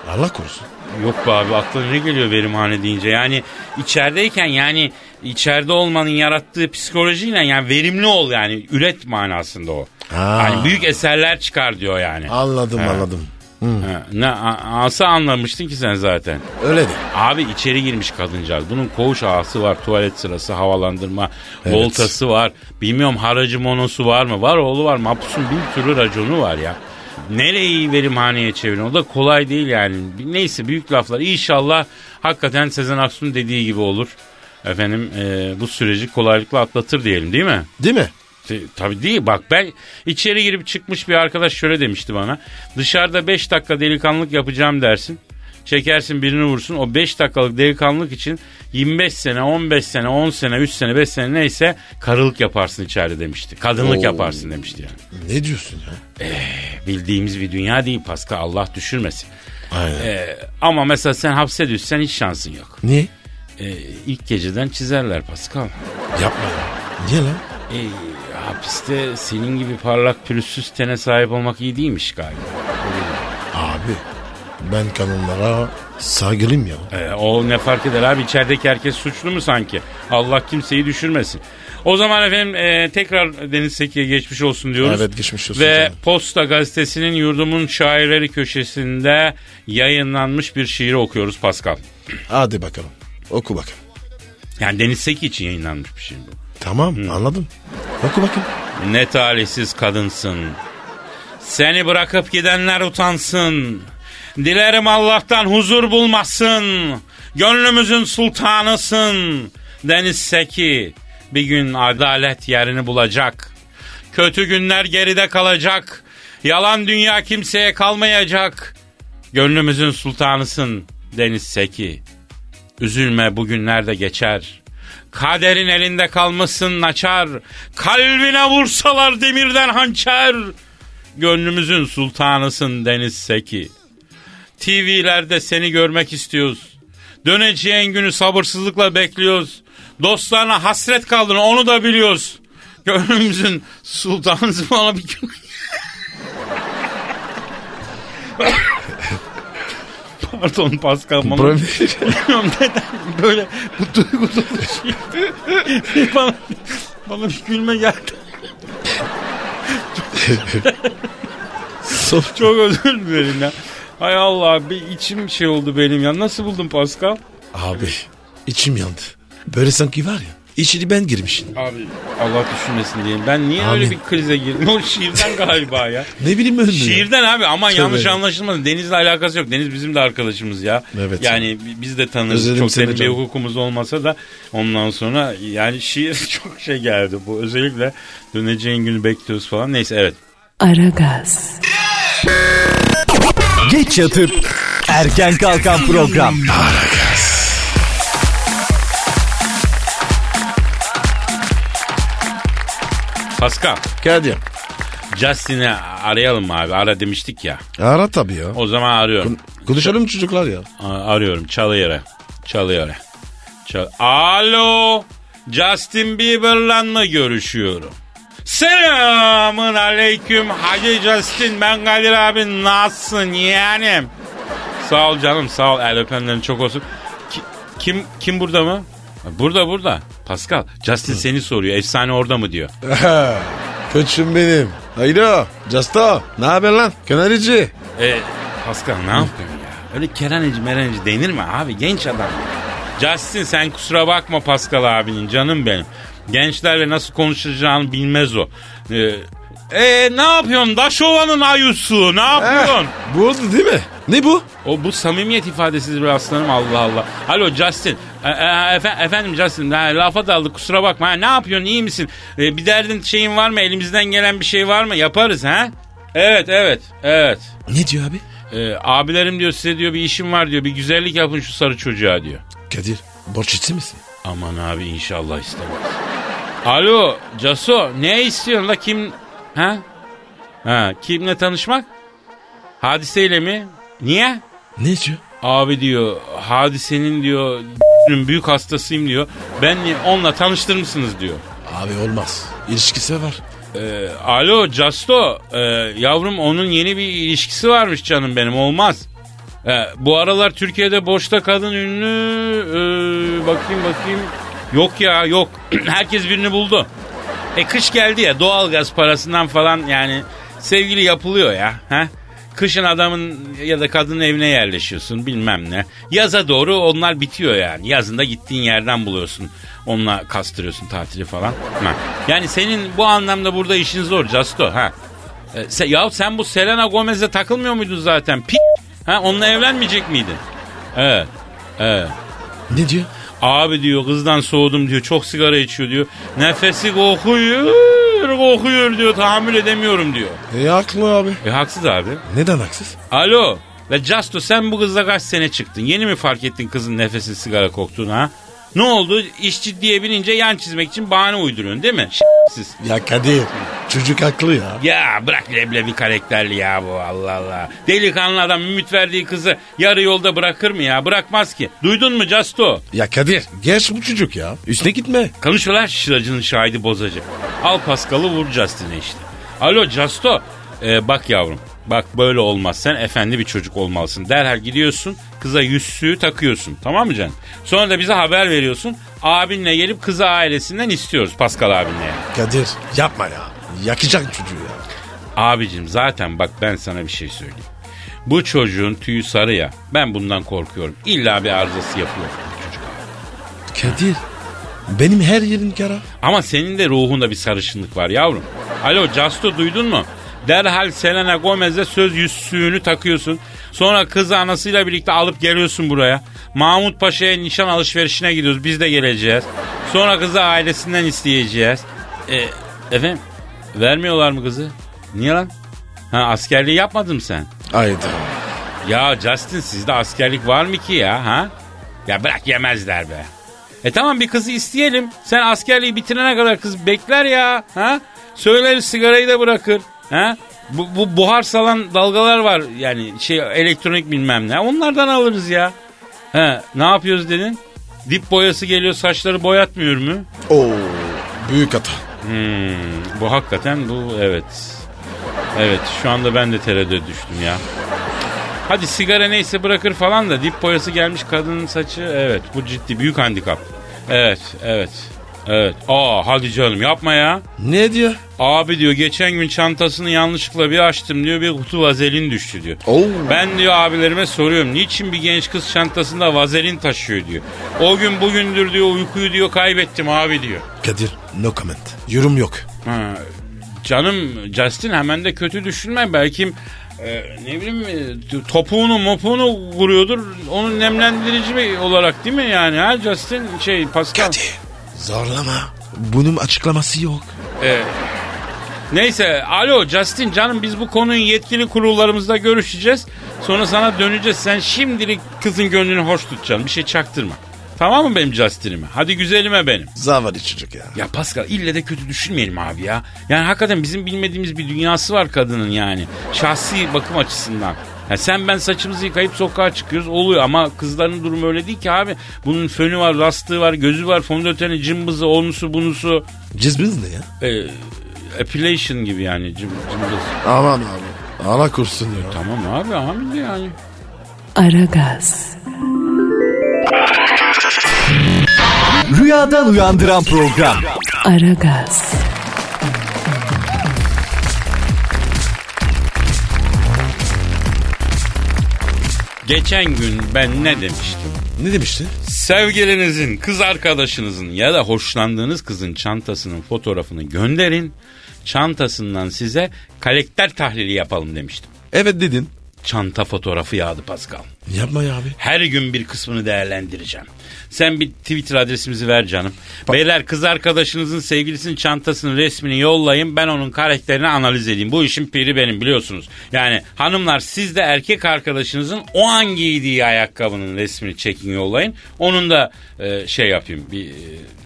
C: Allah korusun.
B: Yok be abi aklına ne geliyor verimhane deyince yani içerideyken yani içeride olmanın yarattığı psikolojiyle yani verimli ol yani üret manasında o.
C: Ha.
B: Yani büyük eserler çıkar diyor yani.
C: Anladım anladım.
B: Ha, Ne a- asa anlamıştın ki sen zaten.
C: Öyle de.
B: Abi içeri girmiş kadıncağız. Bunun koğuş ağası var, tuvalet sırası, havalandırma, voltası var. Bilmiyorum haracı monosu var mı? Var oğlu var. Mapusun bir türlü raconu var ya. Nereyi verimhaneye çevirin? O da kolay değil yani. Neyse büyük laflar. İnşallah hakikaten Sezen Aksu'nun dediği gibi olur. Efendim e, bu süreci kolaylıkla atlatır diyelim değil mi?
C: Değil mi?
B: Te- Tabii değil bak ben içeri girip çıkmış bir arkadaş şöyle demişti bana. Dışarıda 5 dakika delikanlılık yapacağım dersin. Çekersin birini vursun. O 5 dakikalık delikanlılık için 25 sene, 15 sene, 10 sene, 3 sene, 5 sene neyse karılık yaparsın içeride demişti. Kadınlık yaparsın demişti yani.
C: Ne diyorsun ya?
B: Bildiğimiz bir dünya değil Pascal Allah düşürmesin.
C: Aynen.
B: Ee, ama mesela sen hapse düşsen hiç şansın yok.
C: Niye?
B: Ee, ilk geceden çizerler Pascal.
C: Yapma ya. Niye lan?
B: Ee, hapiste senin gibi parlak pürüzsüz tene sahip olmak iyi değilmiş galiba.
C: Abi ben kanunlara saygılıyım ya.
B: Ee, o ne fark eder abi içerideki herkes suçlu mu sanki? Allah kimseyi düşürmesin. O zaman efendim e, tekrar Deniz Seki'ye geçmiş olsun diyoruz.
C: Evet, geçmiş olsun
B: Ve
C: canım.
B: Posta Gazetesi'nin yurdumun şairleri köşesinde yayınlanmış bir şiiri okuyoruz Pascal.
C: Hadi bakalım. Oku bakalım.
B: Yani Deniz Seki için yayınlanmış bir şiir bu.
C: Tamam anladım. Oku bakayım.
B: Ne talihsiz kadınsın. Seni bırakıp gidenler utansın. Dilerim Allah'tan huzur bulmasın. Gönlümüzün sultanısın. Deniz Seki bir gün adalet yerini bulacak. Kötü günler geride kalacak. Yalan dünya kimseye kalmayacak. Gönlümüzün sultanısın Deniz Seki. Üzülme bugünler de geçer. Kaderin elinde kalmasın naçar. Kalbine vursalar demirden hançer. Gönlümüzün sultanısın Deniz Seki. TV'lerde seni görmek istiyoruz. Döneceğin günü sabırsızlıkla bekliyoruz. Dostlarına hasret kaldın onu da biliyoruz. Gönlümüzün sultanısın bana bir gün... Pardon Pascal. bana- Bilmiyorum neden böyle bu duygu dolu şey. (laughs) bana, bana bir gülme geldi.
C: Sof-
B: Çok özür dilerim ya. Hay Allah bir içim şey oldu benim ya. Nasıl buldun Pascal?
C: Abi içim yandı. Böyle sanki var ya. İçini ben girmişim.
B: Abi Allah düşünmesin diyeyim. Ben niye öyle
C: Amin.
B: bir krize girdim? O şiirden galiba ya.
C: Ne bileyim öyle.
B: Şiirden abi aman
C: Tövbe.
B: yanlış anlaşılmasın. Deniz'le alakası yok. Deniz bizim de arkadaşımız ya.
C: Evet.
B: Yani bi- biz de tanırız.
C: Özledim
B: çok
C: seni
B: derin bir
C: canım.
B: hukukumuz olmasa da ondan sonra yani şiir (laughs) çok şey geldi bu. Özellikle döneceğin günü bekliyoruz falan. Neyse evet.
A: Aragaz,
D: Geç yatıp erken kalkan program.
B: Pascal,
C: Kadir.
B: Justin'i arayalım mı abi. Ara demiştik ya.
C: Ara tabii ya.
B: O zaman arıyorum.
C: Konuşalım
B: (laughs)
C: çocuklar ya.
B: A- arıyorum. Çalıyor. ara. Çalıyor. ara. Çal Alo. Justin Bieber'la mı görüşüyorum? Selamın aleyküm Hacı Justin ben Kadir abi nasılsın yeğenim? Sağ ol canım sağ ol el öpenlerin çok olsun. Ki- kim kim burada mı? Burada burada. Pascal Justin seni soruyor efsane orada mı diyor.
C: Koçum benim. Hayda. Casta. Ne haber lan? Kenarici.
B: E, Pascal ne yapıyorsun ya? Öyle kereneci mereneci denir mi abi? Genç adam. ya. Justin sen kusura bakma Pascal abinin canım benim. Gençlerle nasıl konuşacağını bilmez o. E, e, ne yapıyorsun? Daşova'nın ayusu ne yapıyorsun?
C: Eh, Bu oldu değil mi? Ne bu?
B: Eh. O bu samimiyet ifadesiz bir aslanım Allah Allah. Alo Justin. E, e, efe- efendim Justin ha, lafa daldık kusura bakma. Ha, ne yapıyorsun iyi misin? E, bir derdin şeyin var mı? Elimizden gelen bir şey var mı? Yaparız ha? Evet evet evet.
C: Ne diyor abi?
B: Ee, abilerim diyor size diyor bir işim var diyor. Bir güzellik yapın şu sarı çocuğa diyor.
C: Kadir. Borç içti misin?
B: Aman abi inşallah istemez. Alo Caso ne istiyorsun la kim? Ha? Ha kimle tanışmak? Hadiseyle mi? Niye?
C: Ne diyor?
B: Abi diyor hadisenin diyor (laughs) büyük hastasıyım diyor. Ben onunla tanıştır mısınız diyor.
C: Abi olmaz. İlişkisi var.
B: Ee, alo Casto ee, yavrum onun yeni bir ilişkisi varmış canım benim olmaz. Ee, bu aralar Türkiye'de boşta kadın ünlü ee, bakayım bakayım yok ya yok (clears throat) herkes birini buldu. E kış geldi ya doğalgaz parasından falan yani sevgili yapılıyor ya. Ha? Kışın adamın ya da kadının evine yerleşiyorsun bilmem ne. Yaza doğru onlar bitiyor yani. Yazında gittiğin yerden buluyorsun. Onunla kastırıyorsun tatili falan. Ha. Yani senin bu anlamda burada işin zor Casto. Ha. E, se- ya sen bu Selena Gomez'le takılmıyor muydun zaten? P- ha, onunla evlenmeyecek miydin? Evet. Evet.
C: Ne diyor?
B: Abi diyor kızdan soğudum diyor. Çok sigara içiyor diyor. Nefesi kokuyor kokuyor diyor. Tahammül edemiyorum diyor.
C: E haklı abi.
B: E haksız abi.
C: Neden haksız?
B: Alo. Ve Justo sen bu kızla kaç sene çıktın? Yeni mi fark ettin kızın nefesi sigara koktuğunu ha? Ne oldu? İş ciddiye binince yan çizmek için bahane uyduruyorsun değil mi? Siz.
C: Ya Kadir. Çocuk haklı ya.
B: Ya bırak leblebi karakterli ya bu Allah Allah. Delikanlı adam ümit verdiği kızı yarı yolda bırakır mı ya? Bırakmaz ki. Duydun mu Justo?
C: Ya Kadir. Geç bu çocuk ya. Üstüne gitme.
B: Konuşuyorlar şıracının şahidi bozacı. Al Paskal'ı vur Justin'e işte. Alo Justo. Ee, bak yavrum. Bak böyle olmaz. Sen efendi bir çocuk olmalısın. Derhal gidiyorsun. Kıza yüzsüğü takıyorsun. Tamam mı canım? Sonra da bize haber veriyorsun. abinle gelip kızı ailesinden istiyoruz Pascal abinle.
C: Kadir yapma ya. Yakacak çocuğu ya.
B: Abicim zaten bak ben sana bir şey söyleyeyim. Bu çocuğun tüyü sarı ya. Ben bundan korkuyorum. İlla bir arızası yapıyor bu çocuk abi.
C: Kadir benim her yerim kara.
B: Ama senin de ruhunda bir sarışınlık var yavrum. Alo Justo duydun mu? Derhal Selena Gomez'e söz yüzsüğünü takıyorsun. Sonra kızı anasıyla birlikte alıp geliyorsun buraya. Mahmut Paşa'ya nişan alışverişine gidiyoruz. Biz de geleceğiz. Sonra kızı ailesinden isteyeceğiz. E, efendim? Vermiyorlar mı kızı? Niye lan? Ha askerliği yapmadın mı sen?
C: Hayda.
B: Ya Justin sizde askerlik var mı ki ya ha? Ya bırak yemezler be. E tamam bir kızı isteyelim. Sen askerliği bitirene kadar kız bekler ya. Ha? Söyler sigarayı da bırakır. Ha? Bu, bu buhar salan dalgalar var yani şey elektronik bilmem ne. Onlardan alırız ya. He, ne yapıyoruz dedin? Dip boyası geliyor saçları boyatmıyor mu?
C: Oo büyük hata.
B: Hmm, bu hakikaten bu evet. Evet şu anda ben de tereddüt düştüm ya. Hadi sigara neyse bırakır falan da dip boyası gelmiş kadının saçı evet bu ciddi büyük handikap. Evet evet evet. Aa hadi canım yapma ya.
C: Ne diyor?
B: Abi diyor geçen gün çantasını yanlışlıkla bir açtım diyor bir kutu vazelin düştü diyor.
C: Oo.
B: Ben diyor abilerime soruyorum niçin bir genç kız çantasında vazelin taşıyor diyor. O gün bugündür diyor uykuyu diyor kaybettim abi diyor.
C: Kadir no comment. Yorum yok.
B: Ha, canım Justin hemen de kötü düşünme. Belki e, ne bileyim e, t- topuğunu mopuğunu vuruyordur. Onun nemlendirici bir olarak değil mi yani? Ha Justin şey Pascal.
C: Kadir zorlama. Bunun açıklaması yok.
B: Neyse alo Justin canım biz bu konuyu yetkili kurullarımızda görüşeceğiz. Sonra sana döneceğiz. Sen şimdilik kızın gönlünü hoş tutacaksın. Bir şey çaktırma. Tamam mı benim Justin'ime? Hadi güzelime benim.
C: Zavallı çocuk ya.
B: Ya Pascal ille de kötü düşünmeyelim abi ya. Yani hakikaten bizim bilmediğimiz bir dünyası var kadının yani. Şahsi bakım açısından. Ya sen ben saçımızı yıkayıp sokağa çıkıyoruz oluyor ama kızların durumu öyle değil ki abi. Bunun fönü var, rastığı var, gözü var, fondöteni, cımbızı, onusu, bunusu.
C: Cizmiz ne ya?
B: E, Appellation gibi yani cım- cımbız.
C: Aman abi. Allah kursun ya.
B: Tamam abi hamile yani.
A: Aragaz,
D: Rüyadan uyandıran program.
A: Aragaz,
B: Geçen gün ben ne demiştim?
C: Ne demiştin?
B: Sevgilinizin, kız arkadaşınızın ya da hoşlandığınız kızın çantasının fotoğrafını gönderin. Çantasından size kalekter tahlili yapalım demiştim.
C: Evet dedin.
B: Çanta fotoğrafı yağdı Pascal.
C: Yapma ya abi.
B: Her gün bir kısmını değerlendireceğim. Sen bir Twitter adresimizi ver canım. Beyler kız arkadaşınızın sevgilisinin çantasının resmini yollayın. Ben onun karakterini analiz edeyim. Bu işin piri benim biliyorsunuz. Yani hanımlar siz de erkek arkadaşınızın o an giydiği ayakkabının resmini çekin yollayın. Onun da e, şey yapayım bir e,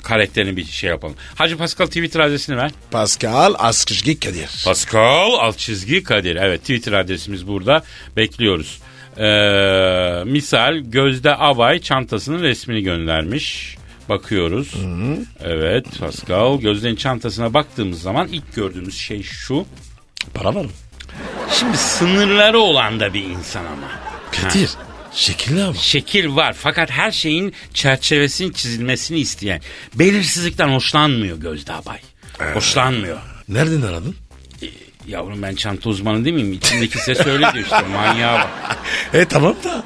B: karakterini bir şey yapalım. Hacı Pascal Twitter adresini ver.
C: Pascal Askışgi Kadir.
B: Pascal alt çizgi Kadir. Evet Twitter adresimiz burada. Bekliyoruz. Ee, misal Gözde Abay çantasının resmini göndermiş. Bakıyoruz. Evet Pascal. Gözde'nin çantasına baktığımız zaman ilk gördüğümüz şey şu.
C: Para var mı?
B: Şimdi sınırları olan da bir insan ama.
C: Kadir. Şekilli ama.
B: Şekil var fakat her şeyin çerçevesinin çizilmesini isteyen. Belirsizlikten hoşlanmıyor Gözde Abay. Hoşlanmıyor.
C: Nereden aradın?
B: Yavrum ben çanta uzmanı değil miyim? İçimdeki ses öyle diyor
C: (laughs)
B: işte manyağa bak.
C: E tamam da.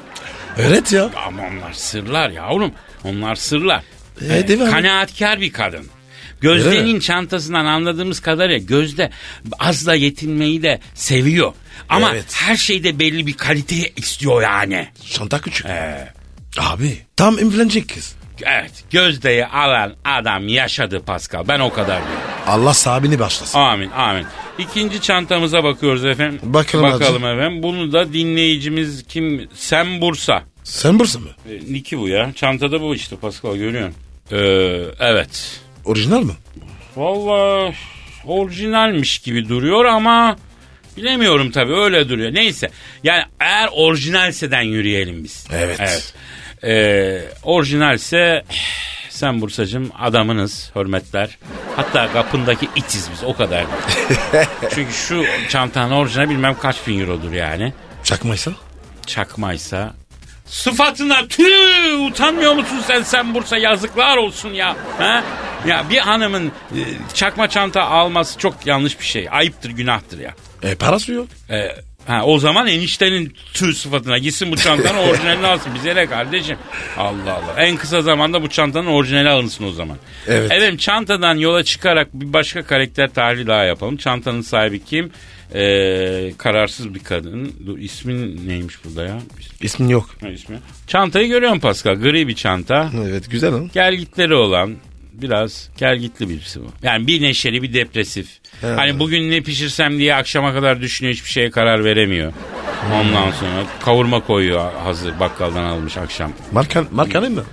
C: Öğret ya.
B: Ama onlar sırlar yavrum. Onlar sırlar.
C: E, devam.
B: kanaatkar bir kadın.
C: Öyle
B: Gözde'nin
C: mi?
B: çantasından anladığımız kadarıyla Gözde az da yetinmeyi de seviyor. Ama
C: Evet.
B: her şeyde belli bir kalite istiyor yani. Ee,
C: Çanta küçük. Abi tam imlenecek kız.
B: Evet Gözde'yi alan adam yaşadı Pascal. Ben o kadar diyorum.
C: Allah sahibini başlasın.
B: Amin amin. İkinci çantamıza bakıyoruz efendim.
C: Bakalım
B: Bakalım efendim. Bunu da dinleyicimiz kim? Sen Bursa.
C: Sen bursa mı?
B: E, Niki bu ya. Çantada bu işte Pascal görüyorsun. Ee, evet.
C: Orijinal mı?
B: Vallahi orijinalmiş gibi duruyor ama bilemiyorum tabii öyle duruyor. Neyse yani eğer orijinalseden yürüyelim biz.
C: Evet.
B: Ee, orijinalse (sighs) sen Bursacığım adamınız hürmetler. Hatta kapındaki itiz biz o (laughs) kadar. Çünkü şu çantanın orijinal bilmem kaç bin eurodur yani.
C: Çakmaysa?
B: Çakmaysa Sıfatına tüh utanmıyor musun sen sen Bursa yazıklar olsun ya. Ha? Ya bir hanımın e, çakma çanta alması çok yanlış bir şey. Ayıptır günahtır ya.
C: E parası yok.
B: E, ha, o zaman eniştenin tüh sıfatına gitsin bu
C: (laughs)
B: çantanın orijinalini alsın. Bize ne kardeşim? Allah Allah. En kısa zamanda bu çantanın orijinali alınsın o zaman.
C: Evet.
B: Efendim çantadan yola çıkarak bir başka karakter tahlili daha yapalım. Çantanın sahibi kim? E, kararsız bir kadın. Dur, ismin neymiş burada ya?
C: İsmin yok.
B: Ne ismi? Çantayı görüyorum Pascal. Gri bir çanta.
C: Evet güzel lan.
B: Gelgitleri olan biraz gelgitli birisi bu. Yani bir neşeli bir depresif. Hani bugün ne pişirsem diye akşama kadar düşünüyor hiçbir şeye karar veremiyor.
C: Hmm.
B: Ondan sonra kavurma koyuyor hazır bakkaldan almış akşam.
C: Markan, markanın mı?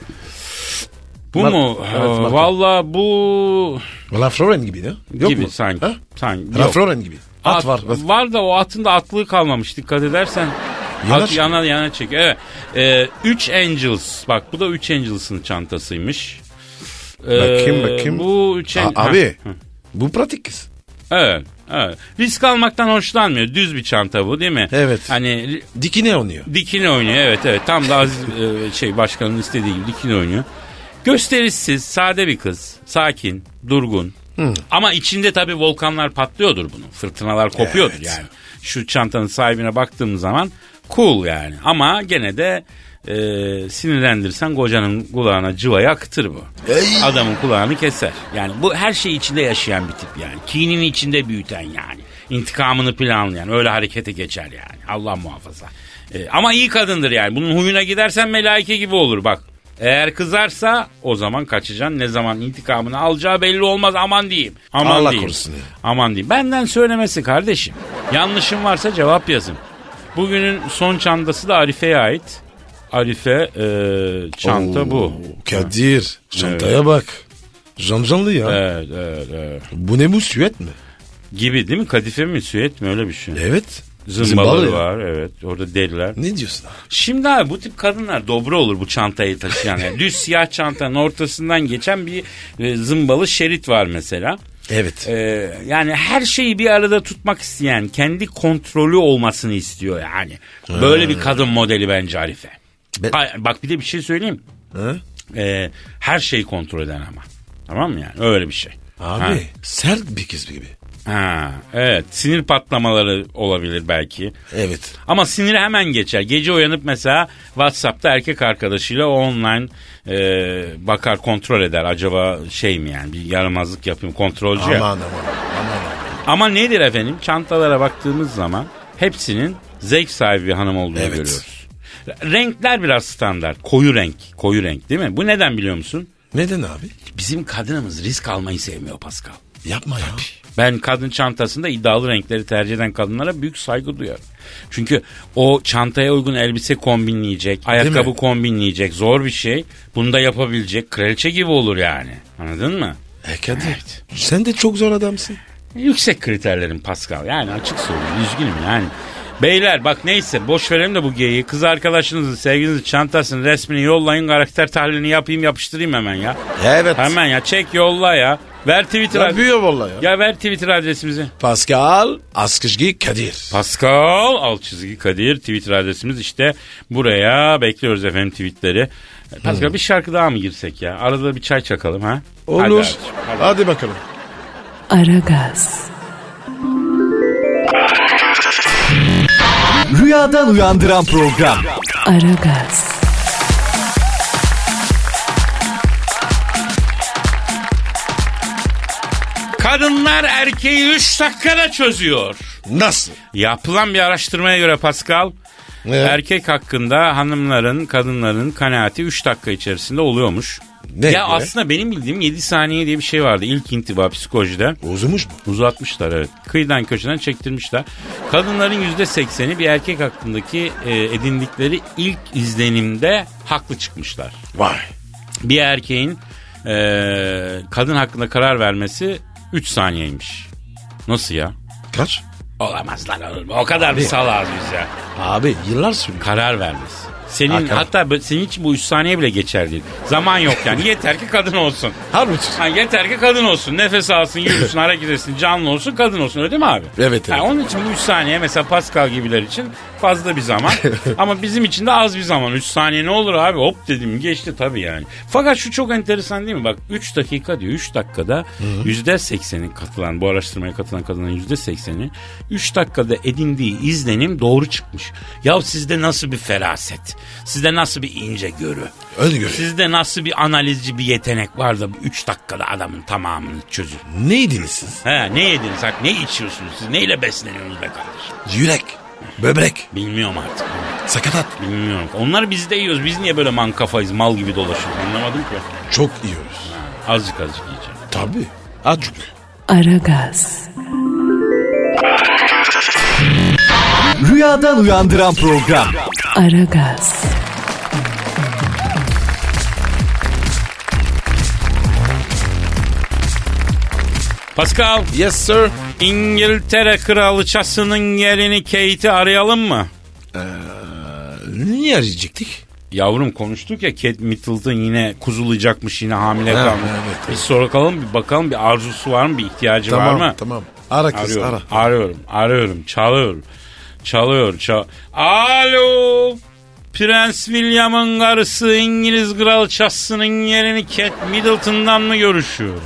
B: Bu
C: Mar-
B: mu? Ee,
C: Evet, marka.
B: Valla bu
C: Ralph Lauren gibi ne? Yok
B: gibi
C: mu?
B: sanki.
C: Ha?
B: Sanki.
C: Ralph
B: Yok.
C: Lauren gibi. At, var. at.
B: Var da o atın da atlığı kalmamış dikkat edersen.
C: Yana
B: at
C: çekiyor.
B: yana yana çekiyor. Evet. Ee, Üç Angels. Bak bu da Üç Angels'ın çantasıymış. Ee,
C: Bakayım, bakayım.
B: Bu Üç
C: A-
B: Angels.
C: abi bu pratik kız.
B: Evet, evet. Risk almaktan hoşlanmıyor. Düz bir çanta bu değil mi?
C: Evet.
B: Hani ri-
C: Dikine oynuyor.
B: dikini oynuyor. Evet evet. Tam da Aziz e, şey başkanın istediği gibi dikini oynuyor. Gösterişsiz, sade bir kız. Sakin, durgun. Ama içinde tabii volkanlar patlıyordur bunun. Fırtınalar kopuyordur
C: Evet.
B: yani. Şu çantanın sahibine baktığımız zaman cool yani. Ama gene de e, sinirlendirsen kocanın kulağına cıvayı akıtır bu. Adamın kulağını keser. Yani bu her şey içinde yaşayan bir tip yani. Kinini içinde büyüten yani. İntikamını planlayan öyle harekete geçer yani. Allah muhafaza. E, ama iyi kadındır yani. Bunun huyuna gidersen melaike gibi olur bak. Eğer kızarsa o zaman kaçacaksın. Ne zaman intikamını alacağı belli olmaz. Aman diyeyim. Aman
C: Allah
B: diyeyim.
C: korusun ya.
B: Aman diyeyim. Benden söylemesi kardeşim. Yanlışım varsa cevap yazın. Bugünün son çantası da Arife'ye ait. Arife e, çanta bu.
C: Kadir çantaya bak. Janjanlı ya.
B: Evet, evet, evet.
C: Bu ne bu süet mi?
B: Gibi değil mi? Kadife mi? Süet mi? Öyle bir şey.
C: Evet.
B: Zımbaları
C: ya.
B: var evet orada deliler.
C: Ne diyorsun? abi?
B: Şimdi abi bu tip kadınlar dobra olur bu çantayı taşıyan. Yani düz siyah çantanın ortasından geçen bir e, zımbalı şerit var mesela.
C: Evet.
B: Ee, yani her şeyi bir arada tutmak isteyen, kendi kontrolü olmasını istiyor yani. Böyle bir kadın modeli bence Arife.
C: Be-
B: Ay, bak bir de bir şey söyleyeyim.
C: Ha?
B: Ee, her şeyi kontrol eden ama. Tamam mı yani? Öyle bir şey.
C: Abi
B: Ha.
C: sert bir kız gibi.
B: Ha, evet. Sinir patlamaları olabilir belki.
C: Evet.
B: Ama siniri hemen geçer. Gece uyanıp mesela WhatsApp'ta erkek arkadaşıyla online e, bakar kontrol eder. Acaba şey mi yani bir yaramazlık yapayım kontrolcü. ya.
C: Aman aman.
B: Ama nedir efendim? Çantalara baktığımız zaman hepsinin zevk sahibi bir hanım olduğunu
C: Evet.
B: görüyoruz. Renkler biraz standart. Koyu renk. Koyu renk değil mi? Bu neden biliyor musun?
C: Neden abi?
B: Bizim kadınımız risk almayı sevmiyor Pascal.
C: Yapma ya.
B: Ben kadın çantasında iddialı renkleri tercih eden kadınlara büyük saygı duyarım. Çünkü o çantaya uygun elbise kombinleyecek, ayakkabı
C: mi?
B: kombinleyecek zor bir şey. Bunu da yapabilecek kraliçe gibi olur yani. Anladın mı?
C: E Kadir sen de çok zor adamsın.
B: Yüksek kriterlerim Pascal. Yani açık söyleyeyim. Üzgünüm yani. Beyler bak neyse boş verelim de bu geyiği. Kız arkadaşınızın, sevgilinizin çantasının resmini yollayın. Karakter tahlilini yapayım yapıştırayım hemen ya.
C: Evet.
B: Hemen ya çek yolla ya. Ver Twitter
C: Ya
B: adresimizi.
C: büyüyor vallahi ya.
B: Ya ver Twitter adresimizi.
C: Pascal Askışgi Kadir.
B: Pascal alt çizgi Kadir Twitter adresimiz işte buraya bekliyoruz efendim tweetleri. Pascal bir şarkı daha mı girsek ya? Arada bir çay çakalım ha? Hadi
C: Olur.
B: abiciğim, hadi.
C: Hadi, bakalım.
A: Aragaz,
D: Rüyadan uyandıran program.
A: Aragaz,
B: Kadınlar erkeği 3 dakikada çözüyor.
C: Nasıl?
B: Yapılan bir araştırmaya göre Pascal
C: Evet.
B: erkek hakkında hanımların kadınların kanaati 3 dakika içerisinde oluyormuş.
C: Ne
B: ya
C: göre?
B: aslında benim bildiğim 7 saniye diye bir şey vardı ilk intiba psikolojide.
C: Bozulmuş mu?
B: Uzatmışlar evet. Kıyıdan köşeden çektirmişler. Kadınların yüzde sekseni bir erkek hakkındaki e, edindikleri ilk izlenimde haklı çıkmışlar.
C: Vay.
B: Bir erkeğin e, kadın hakkında karar vermesi 3 saniyeymiş. Nasıl ya?
C: Kaç?
B: Olamaz lan oğlum. O kadar bir salağız biz ya.
C: Abi yıllar sürüyor.
B: Karar vermesi. Senin
C: Hakan.
B: hatta bö- senin için bu 3 saniye bile geçer değil. Zaman yok (laughs) yani. Yeter ki kadın olsun.
C: Harbi.
B: Ha, yeter ki kadın olsun. Nefes alsın,
C: (laughs)
B: yürüsün, hareket etsin, canlı olsun, kadın olsun öyle değil mi abi?
C: Evet, evet.
B: Ha, onun için bu 3 saniye mesela Pascal gibiler için fazla bir
C: (laughs)
B: zaman. Ama bizim için de az bir zaman. 3 saniye ne olur abi hop dedim geçti tabii yani. Fakat şu çok enteresan değil mi? Bak 3 dakika diyor. 3 dakikada %80'in katılan bu araştırmaya katılan kadının %80'i 3 dakikada edindiği izlenim doğru çıkmış. Ya sizde nasıl bir feraset? Sizde nasıl bir ince görü?
C: Öngörü.
B: Sizde nasıl bir analizci bir yetenek var da 3 dakikada adamın tamamını çözür.
C: Neydiniz siz?
B: He ne yediniz hak ne içiyorsunuz siz neyle besleniyorsunuz be kardeşim?
C: Yürek, böbrek,
B: Bilmiyorum artık.
C: sakatat.
B: Bilmiyorum. Onlar biz de yiyoruz. Biz niye böyle man kafayız mal gibi dolaşıyoruz anlamadım ki.
C: Çok yiyoruz.
B: Azıcık azıcık yiyeceğim.
C: Tabii. Acık.
A: Aragaz,
D: Rüyadan uyandıran program.
A: Aragaz,
B: Pascal
C: Yes sir.
B: İngiltere kraliçasının yerini Kate'i arayalım mı?
C: Niye arayacaktık?
B: Yavrum konuştuk ya Kate Middleton yine kuzulayacakmış yine hamile
C: Ha,
B: kalmış.
C: evet, evet.
B: Bir soralım bir bakalım bir arzusu var mı bir ihtiyacı
C: Tamam
B: var mı?
C: tamam. Ara kız
B: Arıyorum,
C: ara.
B: arıyorum, arıyorum, çalıyorum. Çalıyor, çal... Alo! Prens William'ın karısı İngiliz kralçasının yerini Kate Middleton'dan mı görüşüyorum?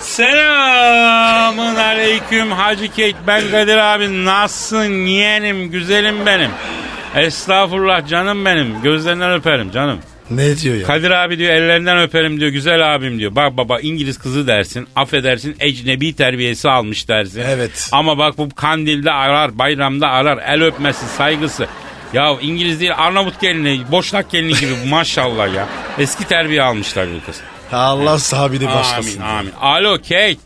B: Selamın aleyküm Hacı Kate. Ben Kadir abi. Nasılsın yeğenim, güzelim benim. Estağfurullah canım benim. Gözlerinden öperim canım.
C: Ne diyor ya?
B: Kadir abi diyor ellerinden öperim diyor güzel abim diyor. Bak baba İngiliz kızı dersin affedersin ecnebi terbiyesi almış dersin.
C: Evet.
B: Ama bak bu kandilde arar bayramda arar el öpmesi saygısı. Ya İngiliz değil Arnavut gelini boşnak gelini gibi (laughs) maşallah ya. Eski terbiye almışlar bu kız.
C: Allah sahibi başlasın.
B: Amin amin. Alo Kate.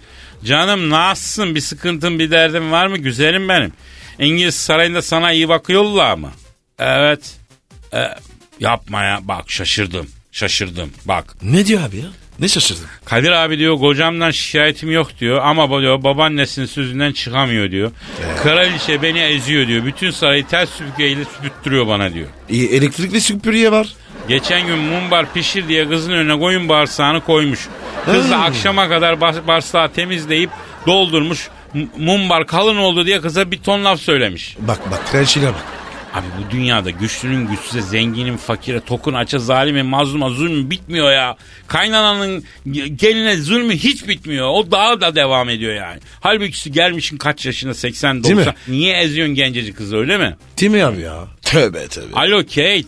B: Canım nasılsın bir sıkıntın bir derdin var mı güzelim benim. İngiliz sarayında sana iyi bakıyorlar mı? Evet. E, yapma ya bak şaşırdım şaşırdım bak.
C: Ne diyor abi ya? Ne şaşırdın?
B: Kadir abi diyor kocamdan şikayetim yok diyor ama ba- diyor babaannesinin sözünden çıkamıyor diyor. Kraliçe beni eziyor diyor. Bütün sarayı ters süpürgeyle süpürttürüyor bana diyor.
C: elektrikli süpürge var.
B: Geçen gün mumbar pişir diye kızın önüne koyun bağırsağını koymuş. Kız da
C: Hmm.
B: akşama kadar bas- bağırsağı temizleyip doldurmuş. M- mumbar kalın oldu diye kıza bir ton laf söylemiş.
C: Bak bak kraliçine bak.
B: Abi bu dünyada güçlünün güçsüze, zenginin fakire, tokun aça, zalime, mazluma zulmü bitmiyor ya. Kaynananın ge- geline zulmü hiç bitmiyor. O daha da devam ediyor yani. Halbuki gelmişin kaç yaşına 80
C: Değil mi?
B: 90. Niye eziyorsun gencecik kızı öyle mi?
C: Değil mi abi ya? Tövbe tövbe.
B: Alo Kate.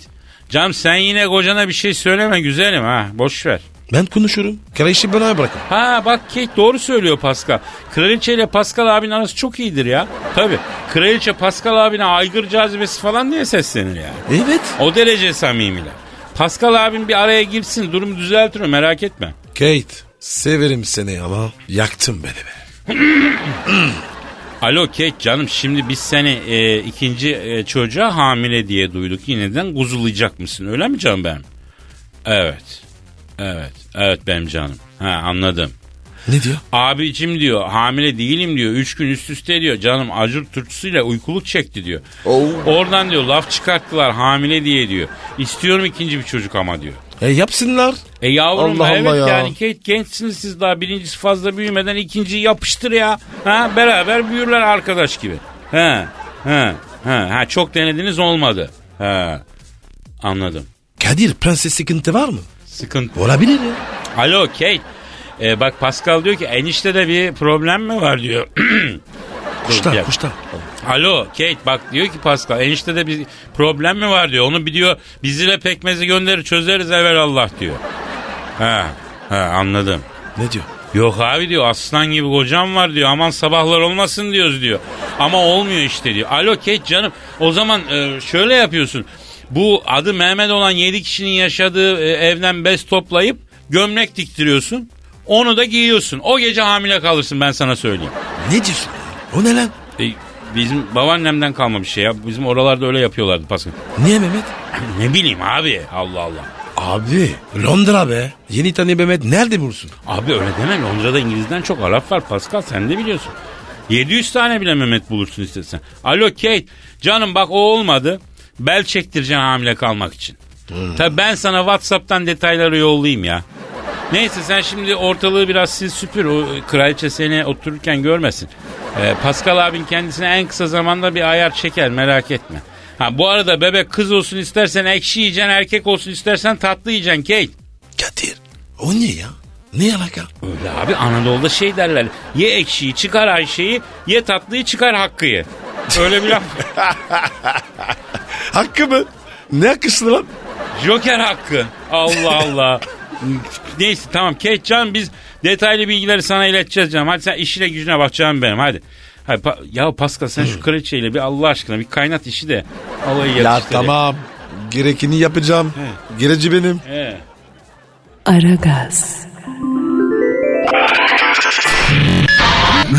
B: Cam sen yine kocana bir şey söyleme güzelim ha. Boş ver.
C: Ben konuşurum. Kraliçe bana bırakın.
B: Ha bak Kate doğru söylüyor Pascal. Kraliçe ile Pascal abinin arası çok iyidir ya. Tabi. Kraliçe Pascal abine aygır cazibesi falan diye seslenir yani.
C: Evet.
B: O derece samimiler. Pascal abim bir araya girsin durumu düzeltir o, merak etme.
C: Kate severim seni ama yaktın beni be.
B: Alo Kate canım şimdi biz seni e, ikinci e, çocuğa hamile diye duyduk. Yeniden kuzulayacak mısın öyle mi canım benim? Evet. Evet. Evet benim canım. Ha anladım.
C: Ne diyor?
B: Abicim diyor hamile değilim diyor. Üç gün üst üste diyor. Canım acur turtusuyla uykuluk çekti diyor.
C: Oo.
B: Oradan diyor laf çıkarttılar hamile diye diyor. İstiyorum ikinci bir çocuk ama diyor.
C: E yapsınlar.
B: E yavrum
C: Allah
B: evet
C: Allah ya.
B: yani Kate gençsiniz siz daha birincisi fazla büyümeden ikinciyi yapıştır ya. Ha beraber büyürler arkadaş gibi. He he he ha çok denediniz olmadı. He anladım.
C: Kadir prenses sıkıntı var mı?
B: Sıkıntı.
C: Olabilir ya.
B: Alo Kate. E, bak Pascal diyor ki eniştede bir problem mi var diyor. (clears throat) Dur,
C: Kuşlar
B: bir-
C: kuşlar.
B: Alo Kate bak diyor ki Pascal eniştede bir problem mi var diyor. Onu bir diyor bizile pekmezi gönderir çözeriz evvel Allah diyor. Ha ha anladım.
C: Ne diyor?
B: Yok abi diyor aslan gibi kocam var diyor. Aman sabahlar olmasın diyoruz diyor. Ama olmuyor işte diyor. Alo Kate canım o zaman e, şöyle yapıyorsun. Bu adı Mehmet olan 7 kişinin yaşadığı e, evden bez toplayıp gömlek diktiriyorsun. Onu da giyiyorsun. O gece hamile kalırsın ben sana söyleyeyim.
C: Ne diyorsun? O ne lan?
B: E, bizim babaannemden kalma bir şey ya. Bizim oralarda öyle yapıyorlardı Pascal. (coughs)
C: Niye Mehmet?
B: ne bileyim abi Allah Allah.
C: Abi Londra be. Yeni tane Mehmet nerede bulursun?
B: Abi öyle deme Londra'da İngiliz'den çok Arap var Pascal sen de biliyorsun. 700 tane bile Mehmet bulursun istesen. Alo Kate canım bak o olmadı. Bel çektireceksin hamile kalmak için. Tabii ben sana Whatsapp'tan detayları yollayayım ya. Neyse sen şimdi ortalığı biraz sil süpür. O e, kraliçe seni otururken görmesin. Ee, Pascal abin kendisine en kısa zamanda bir ayar çeker merak etme. Ha bu arada bebek kız olsun istersen ekşi yiyeceksin, erkek olsun istersen tatlı yiyeceksin Kate.
C: Kadir o ne ya? Ne alaka?
B: Öyle abi Anadolu'da şey derler. Ye ekşiyi çıkar Ayşe'yi, ye tatlıyı çıkar Hakkı'yı. Öyle bir laf.
C: (laughs) Hakkı mı? Ne hakkısın lan?
B: Joker Hakkı. Allah Allah. Neyse tamam Kate canım biz detaylı bilgileri sana ileteceğiz canım. Hadi sen işine gücüne bak canım benim hadi. Hadi pa- ya Pascal sen şu kraliçeyle bir Allah aşkına bir kaynat işi de alayı
C: Ya
B: yatıştır.
C: tamam. Gerekini yapacağım. Gereci benim.
B: He.
A: Aragaz,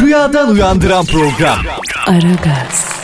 D: Rüyadan uyandıran program.
A: Aragaz,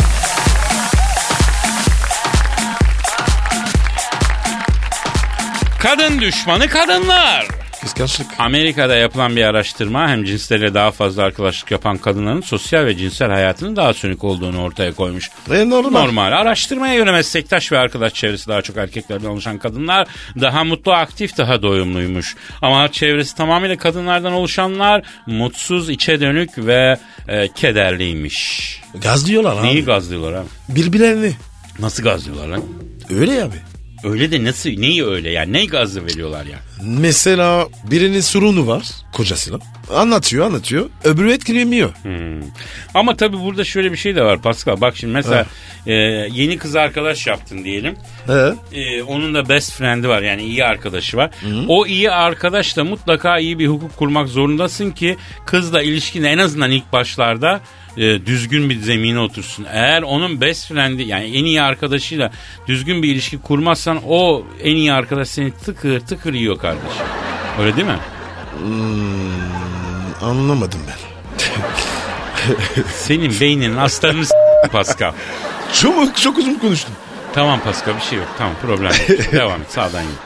B: Kadın düşmanı kadınlar.
C: Kıskançlık.
B: Amerika'da yapılan bir araştırma hem cinslerle daha fazla arkadaşlık yapan kadınların sosyal ve cinsel hayatının daha sönük olduğunu ortaya koymuş.
C: E, normal.
B: Normal. Araştırmaya göre meslektaş ve arkadaş çevresi daha çok erkeklerden oluşan kadınlar daha mutlu, aktif, daha doyumluymuş. Ama çevresi tamamıyla kadınlardan oluşanlar mutsuz, içe dönük ve e, kederliymiş.
C: Gazlıyorlar abi.
B: Neyi gazlıyorlar abi?
C: Birbirlerini.
B: Nasıl gazlıyorlar lan?
C: Öyle abi.
B: Öyle de nasıl, neyi öyle yani? Neyi gazlı veriyorlar ya?
C: Mesela birinin sorunu var. Kocasıyla. Anlatıyor anlatıyor. Öbürü etkilemiyor.
B: Ama tabii burada şöyle bir şey de var Pascal. Bak şimdi mesela e, yeni kız arkadaş yaptın diyelim.
C: He.
B: E, onun da best friend'i var yani iyi arkadaşı var. O iyi arkadaşla mutlaka iyi bir hukuk kurmak zorundasın ki kızla ilişkin en azından ilk başlarda e, düzgün bir zemine otursun. Eğer onun best friend'i yani en iyi arkadaşıyla düzgün bir ilişki kurmazsan o en iyi arkadaş seni tıkır tıkır yiyor kardeşim. Öyle değil mi?
C: Anlamadım ben.
B: Senin beyninin aslanını s- Pascal.
C: Çok, çok uzun konuştum.
B: Tamam Pascal bir şey yok. Tamam problem yok. Devam et sağdan git.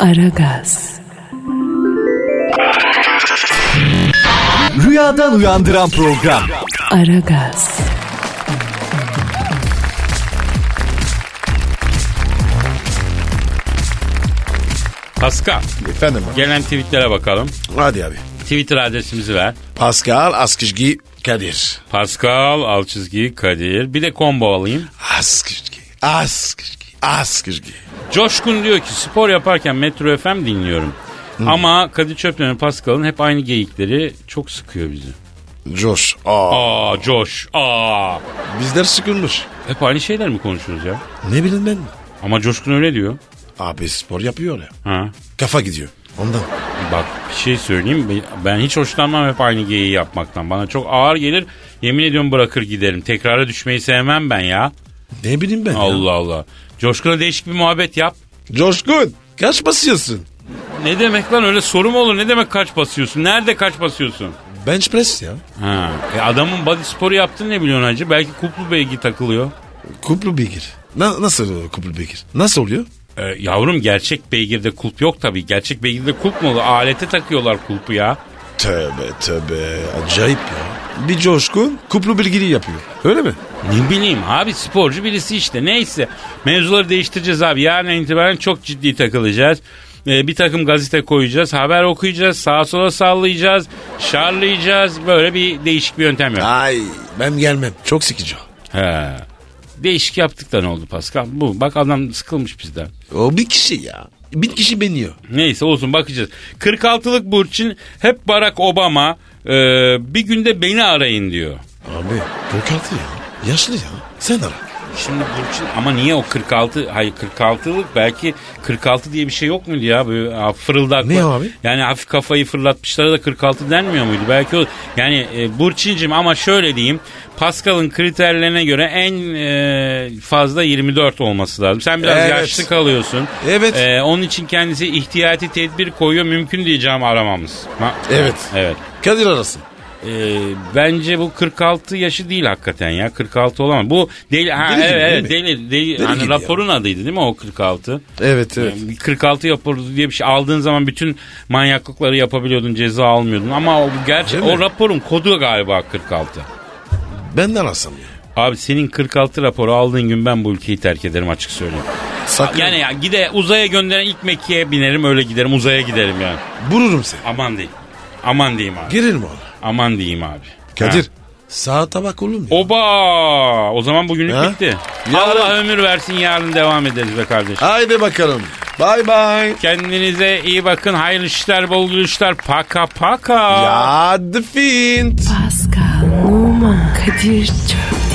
A: Aragaz,
D: Rüyadan uyandıran program.
A: Aragaz,
B: Pascal
C: Efendim abi.
B: gelen tweetlere bakalım.
C: Hadi abi.
B: Twitter adresimizi ver.
C: Pascal Askışgi Kadir.
B: Pascal alt çizgi Kadir. Bir de combo alayım.
C: Askışgi. Askışgi. Askışgi.
B: Coşkun diyor ki spor yaparken Metro FM dinliyorum. Ama Kadir Çöpten ve Pascal'ın hep aynı geyikleri çok sıkıyor bizi.
C: Josh. Aa.
B: Aa Coş. Aa.
C: Bizler sıkılmış.
B: Hep aynı şeyler mi konuşuyoruz ya?
C: Ne bileyim ben.
B: Ama Coşkun öyle diyor.
C: Abi spor yapıyor ya.
B: Ha.
C: Kafa gidiyor. Ondan.
B: Bak bir şey söyleyeyim. mi? Ben hiç hoşlanmam hep aynı geyiği yapmaktan. Bana çok ağır gelir. Yemin ediyorum bırakır giderim. Tekrara düşmeyi sevmem ben ya.
C: Ne bileyim ben
B: Allah Allah. Coşkun'a değişik bir muhabbet yap.
C: ya. Coşkun. Kaç basıyorsun?
B: Ne demek lan öyle soru mu olur? Ne demek kaç basıyorsun? Nerede kaç basıyorsun?
C: Bench press ya.
B: Ha. E adamın body sporu yaptın ne biliyorsun hacı? Belki kuplu beygir takılıyor.
C: Kuplu beygir. Na- nasıl oluyor kuplu beygir? Nasıl oluyor?
B: E, yavrum gerçek beygirde kulp yok tabii. Gerçek beygirde kulp mu olur? Alete takıyorlar kulpu ya.
C: Tövbe tövbe. Acayip ya. Bir coşkun kuplu beygiri yapıyor. Öyle mi?
B: Ne bileyim abi sporcu birisi işte. Neyse mevzuları değiştireceğiz abi. Yarın itibaren çok ciddi takılacağız. Ee, bir takım gazete koyacağız, haber okuyacağız, sağa sola sallayacağız, şarlayacağız. Böyle bir değişik bir yöntem yok.
C: Ay ben gelmem. Çok sıkıcı.
B: He. Değişik yaptık da ne oldu Pascal? Bu bak adam sıkılmış bizden.
C: O bir kişi ya. Bir kişi beniyor.
B: Neyse olsun bakacağız. 46'lık Burçin hep Barack Obama e, bir günde beni arayın diyor.
C: Abi 46 ya. Yaşlı ya. Sen ara.
B: Şimdi Burçin ama niye o 46 hayır 46'lık belki 46 diye bir şey yok muydu ya böyle ha, fırıldak
C: Ne abi?
B: Yani hafif kafayı fırlatmışlara da 46 denmiyor muydu? Belki o yani e, Burçin'cim ama şöyle diyeyim Pascal'ın kriterlerine göre en e, fazla 24 olması lazım. Sen biraz
C: Evet.
B: yaşlı kalıyorsun.
C: Evet.
B: E, onun için kendisi ihtiyati tedbir koyuyor mümkün diyeceğim aramamız. Ha-
C: Evet.
B: Evet.
C: Kadir arasın.
B: Ee, bence bu 46 yaşı değil hakikaten ya. 46 olamaz. Bu deli ha
C: Deli gibi
B: evet,
C: değil mi?
B: deli deli,
C: Deli
B: hani
C: gibi
B: raporun adıydı değil mi o 46?
C: Evet evet.
B: Yani 46 raporu diye bir şey aldığın zaman bütün manyaklıkları yapabiliyordun, ceza almıyordun ama o gerçek
C: Değil mi?
B: o raporun kodu galiba 46.
C: Ben de arasam ya.
B: Abi senin 46 raporu aldığın gün ben bu ülkeyi terk ederim açık söyleyeyim.
C: Sakın.
B: Yani ya gide uzaya gönderen ilk Mekke'ye binerim öyle giderim uzaya giderim yani.
C: Vururum seni.
B: Aman diyeyim. Aman diyeyim abi.
C: Girelim ona.
B: Aman diyeyim abi.
C: Kadir.
B: Ha.
C: Sağ tabak olur mu? ya?
B: Oba! O zaman bugünlük
C: Ha?
B: bitti.
C: Yarın.
B: Allah ömür versin yarın devam ederiz be kardeşim.
C: Haydi bakalım. Bay bay.
B: Kendinize iyi bakın. Hayırlı işler, bol gülüşler. Paka paka.
C: Ya the Fiend.
A: Pascal, Oman, Kadir çok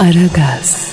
A: Aragaz.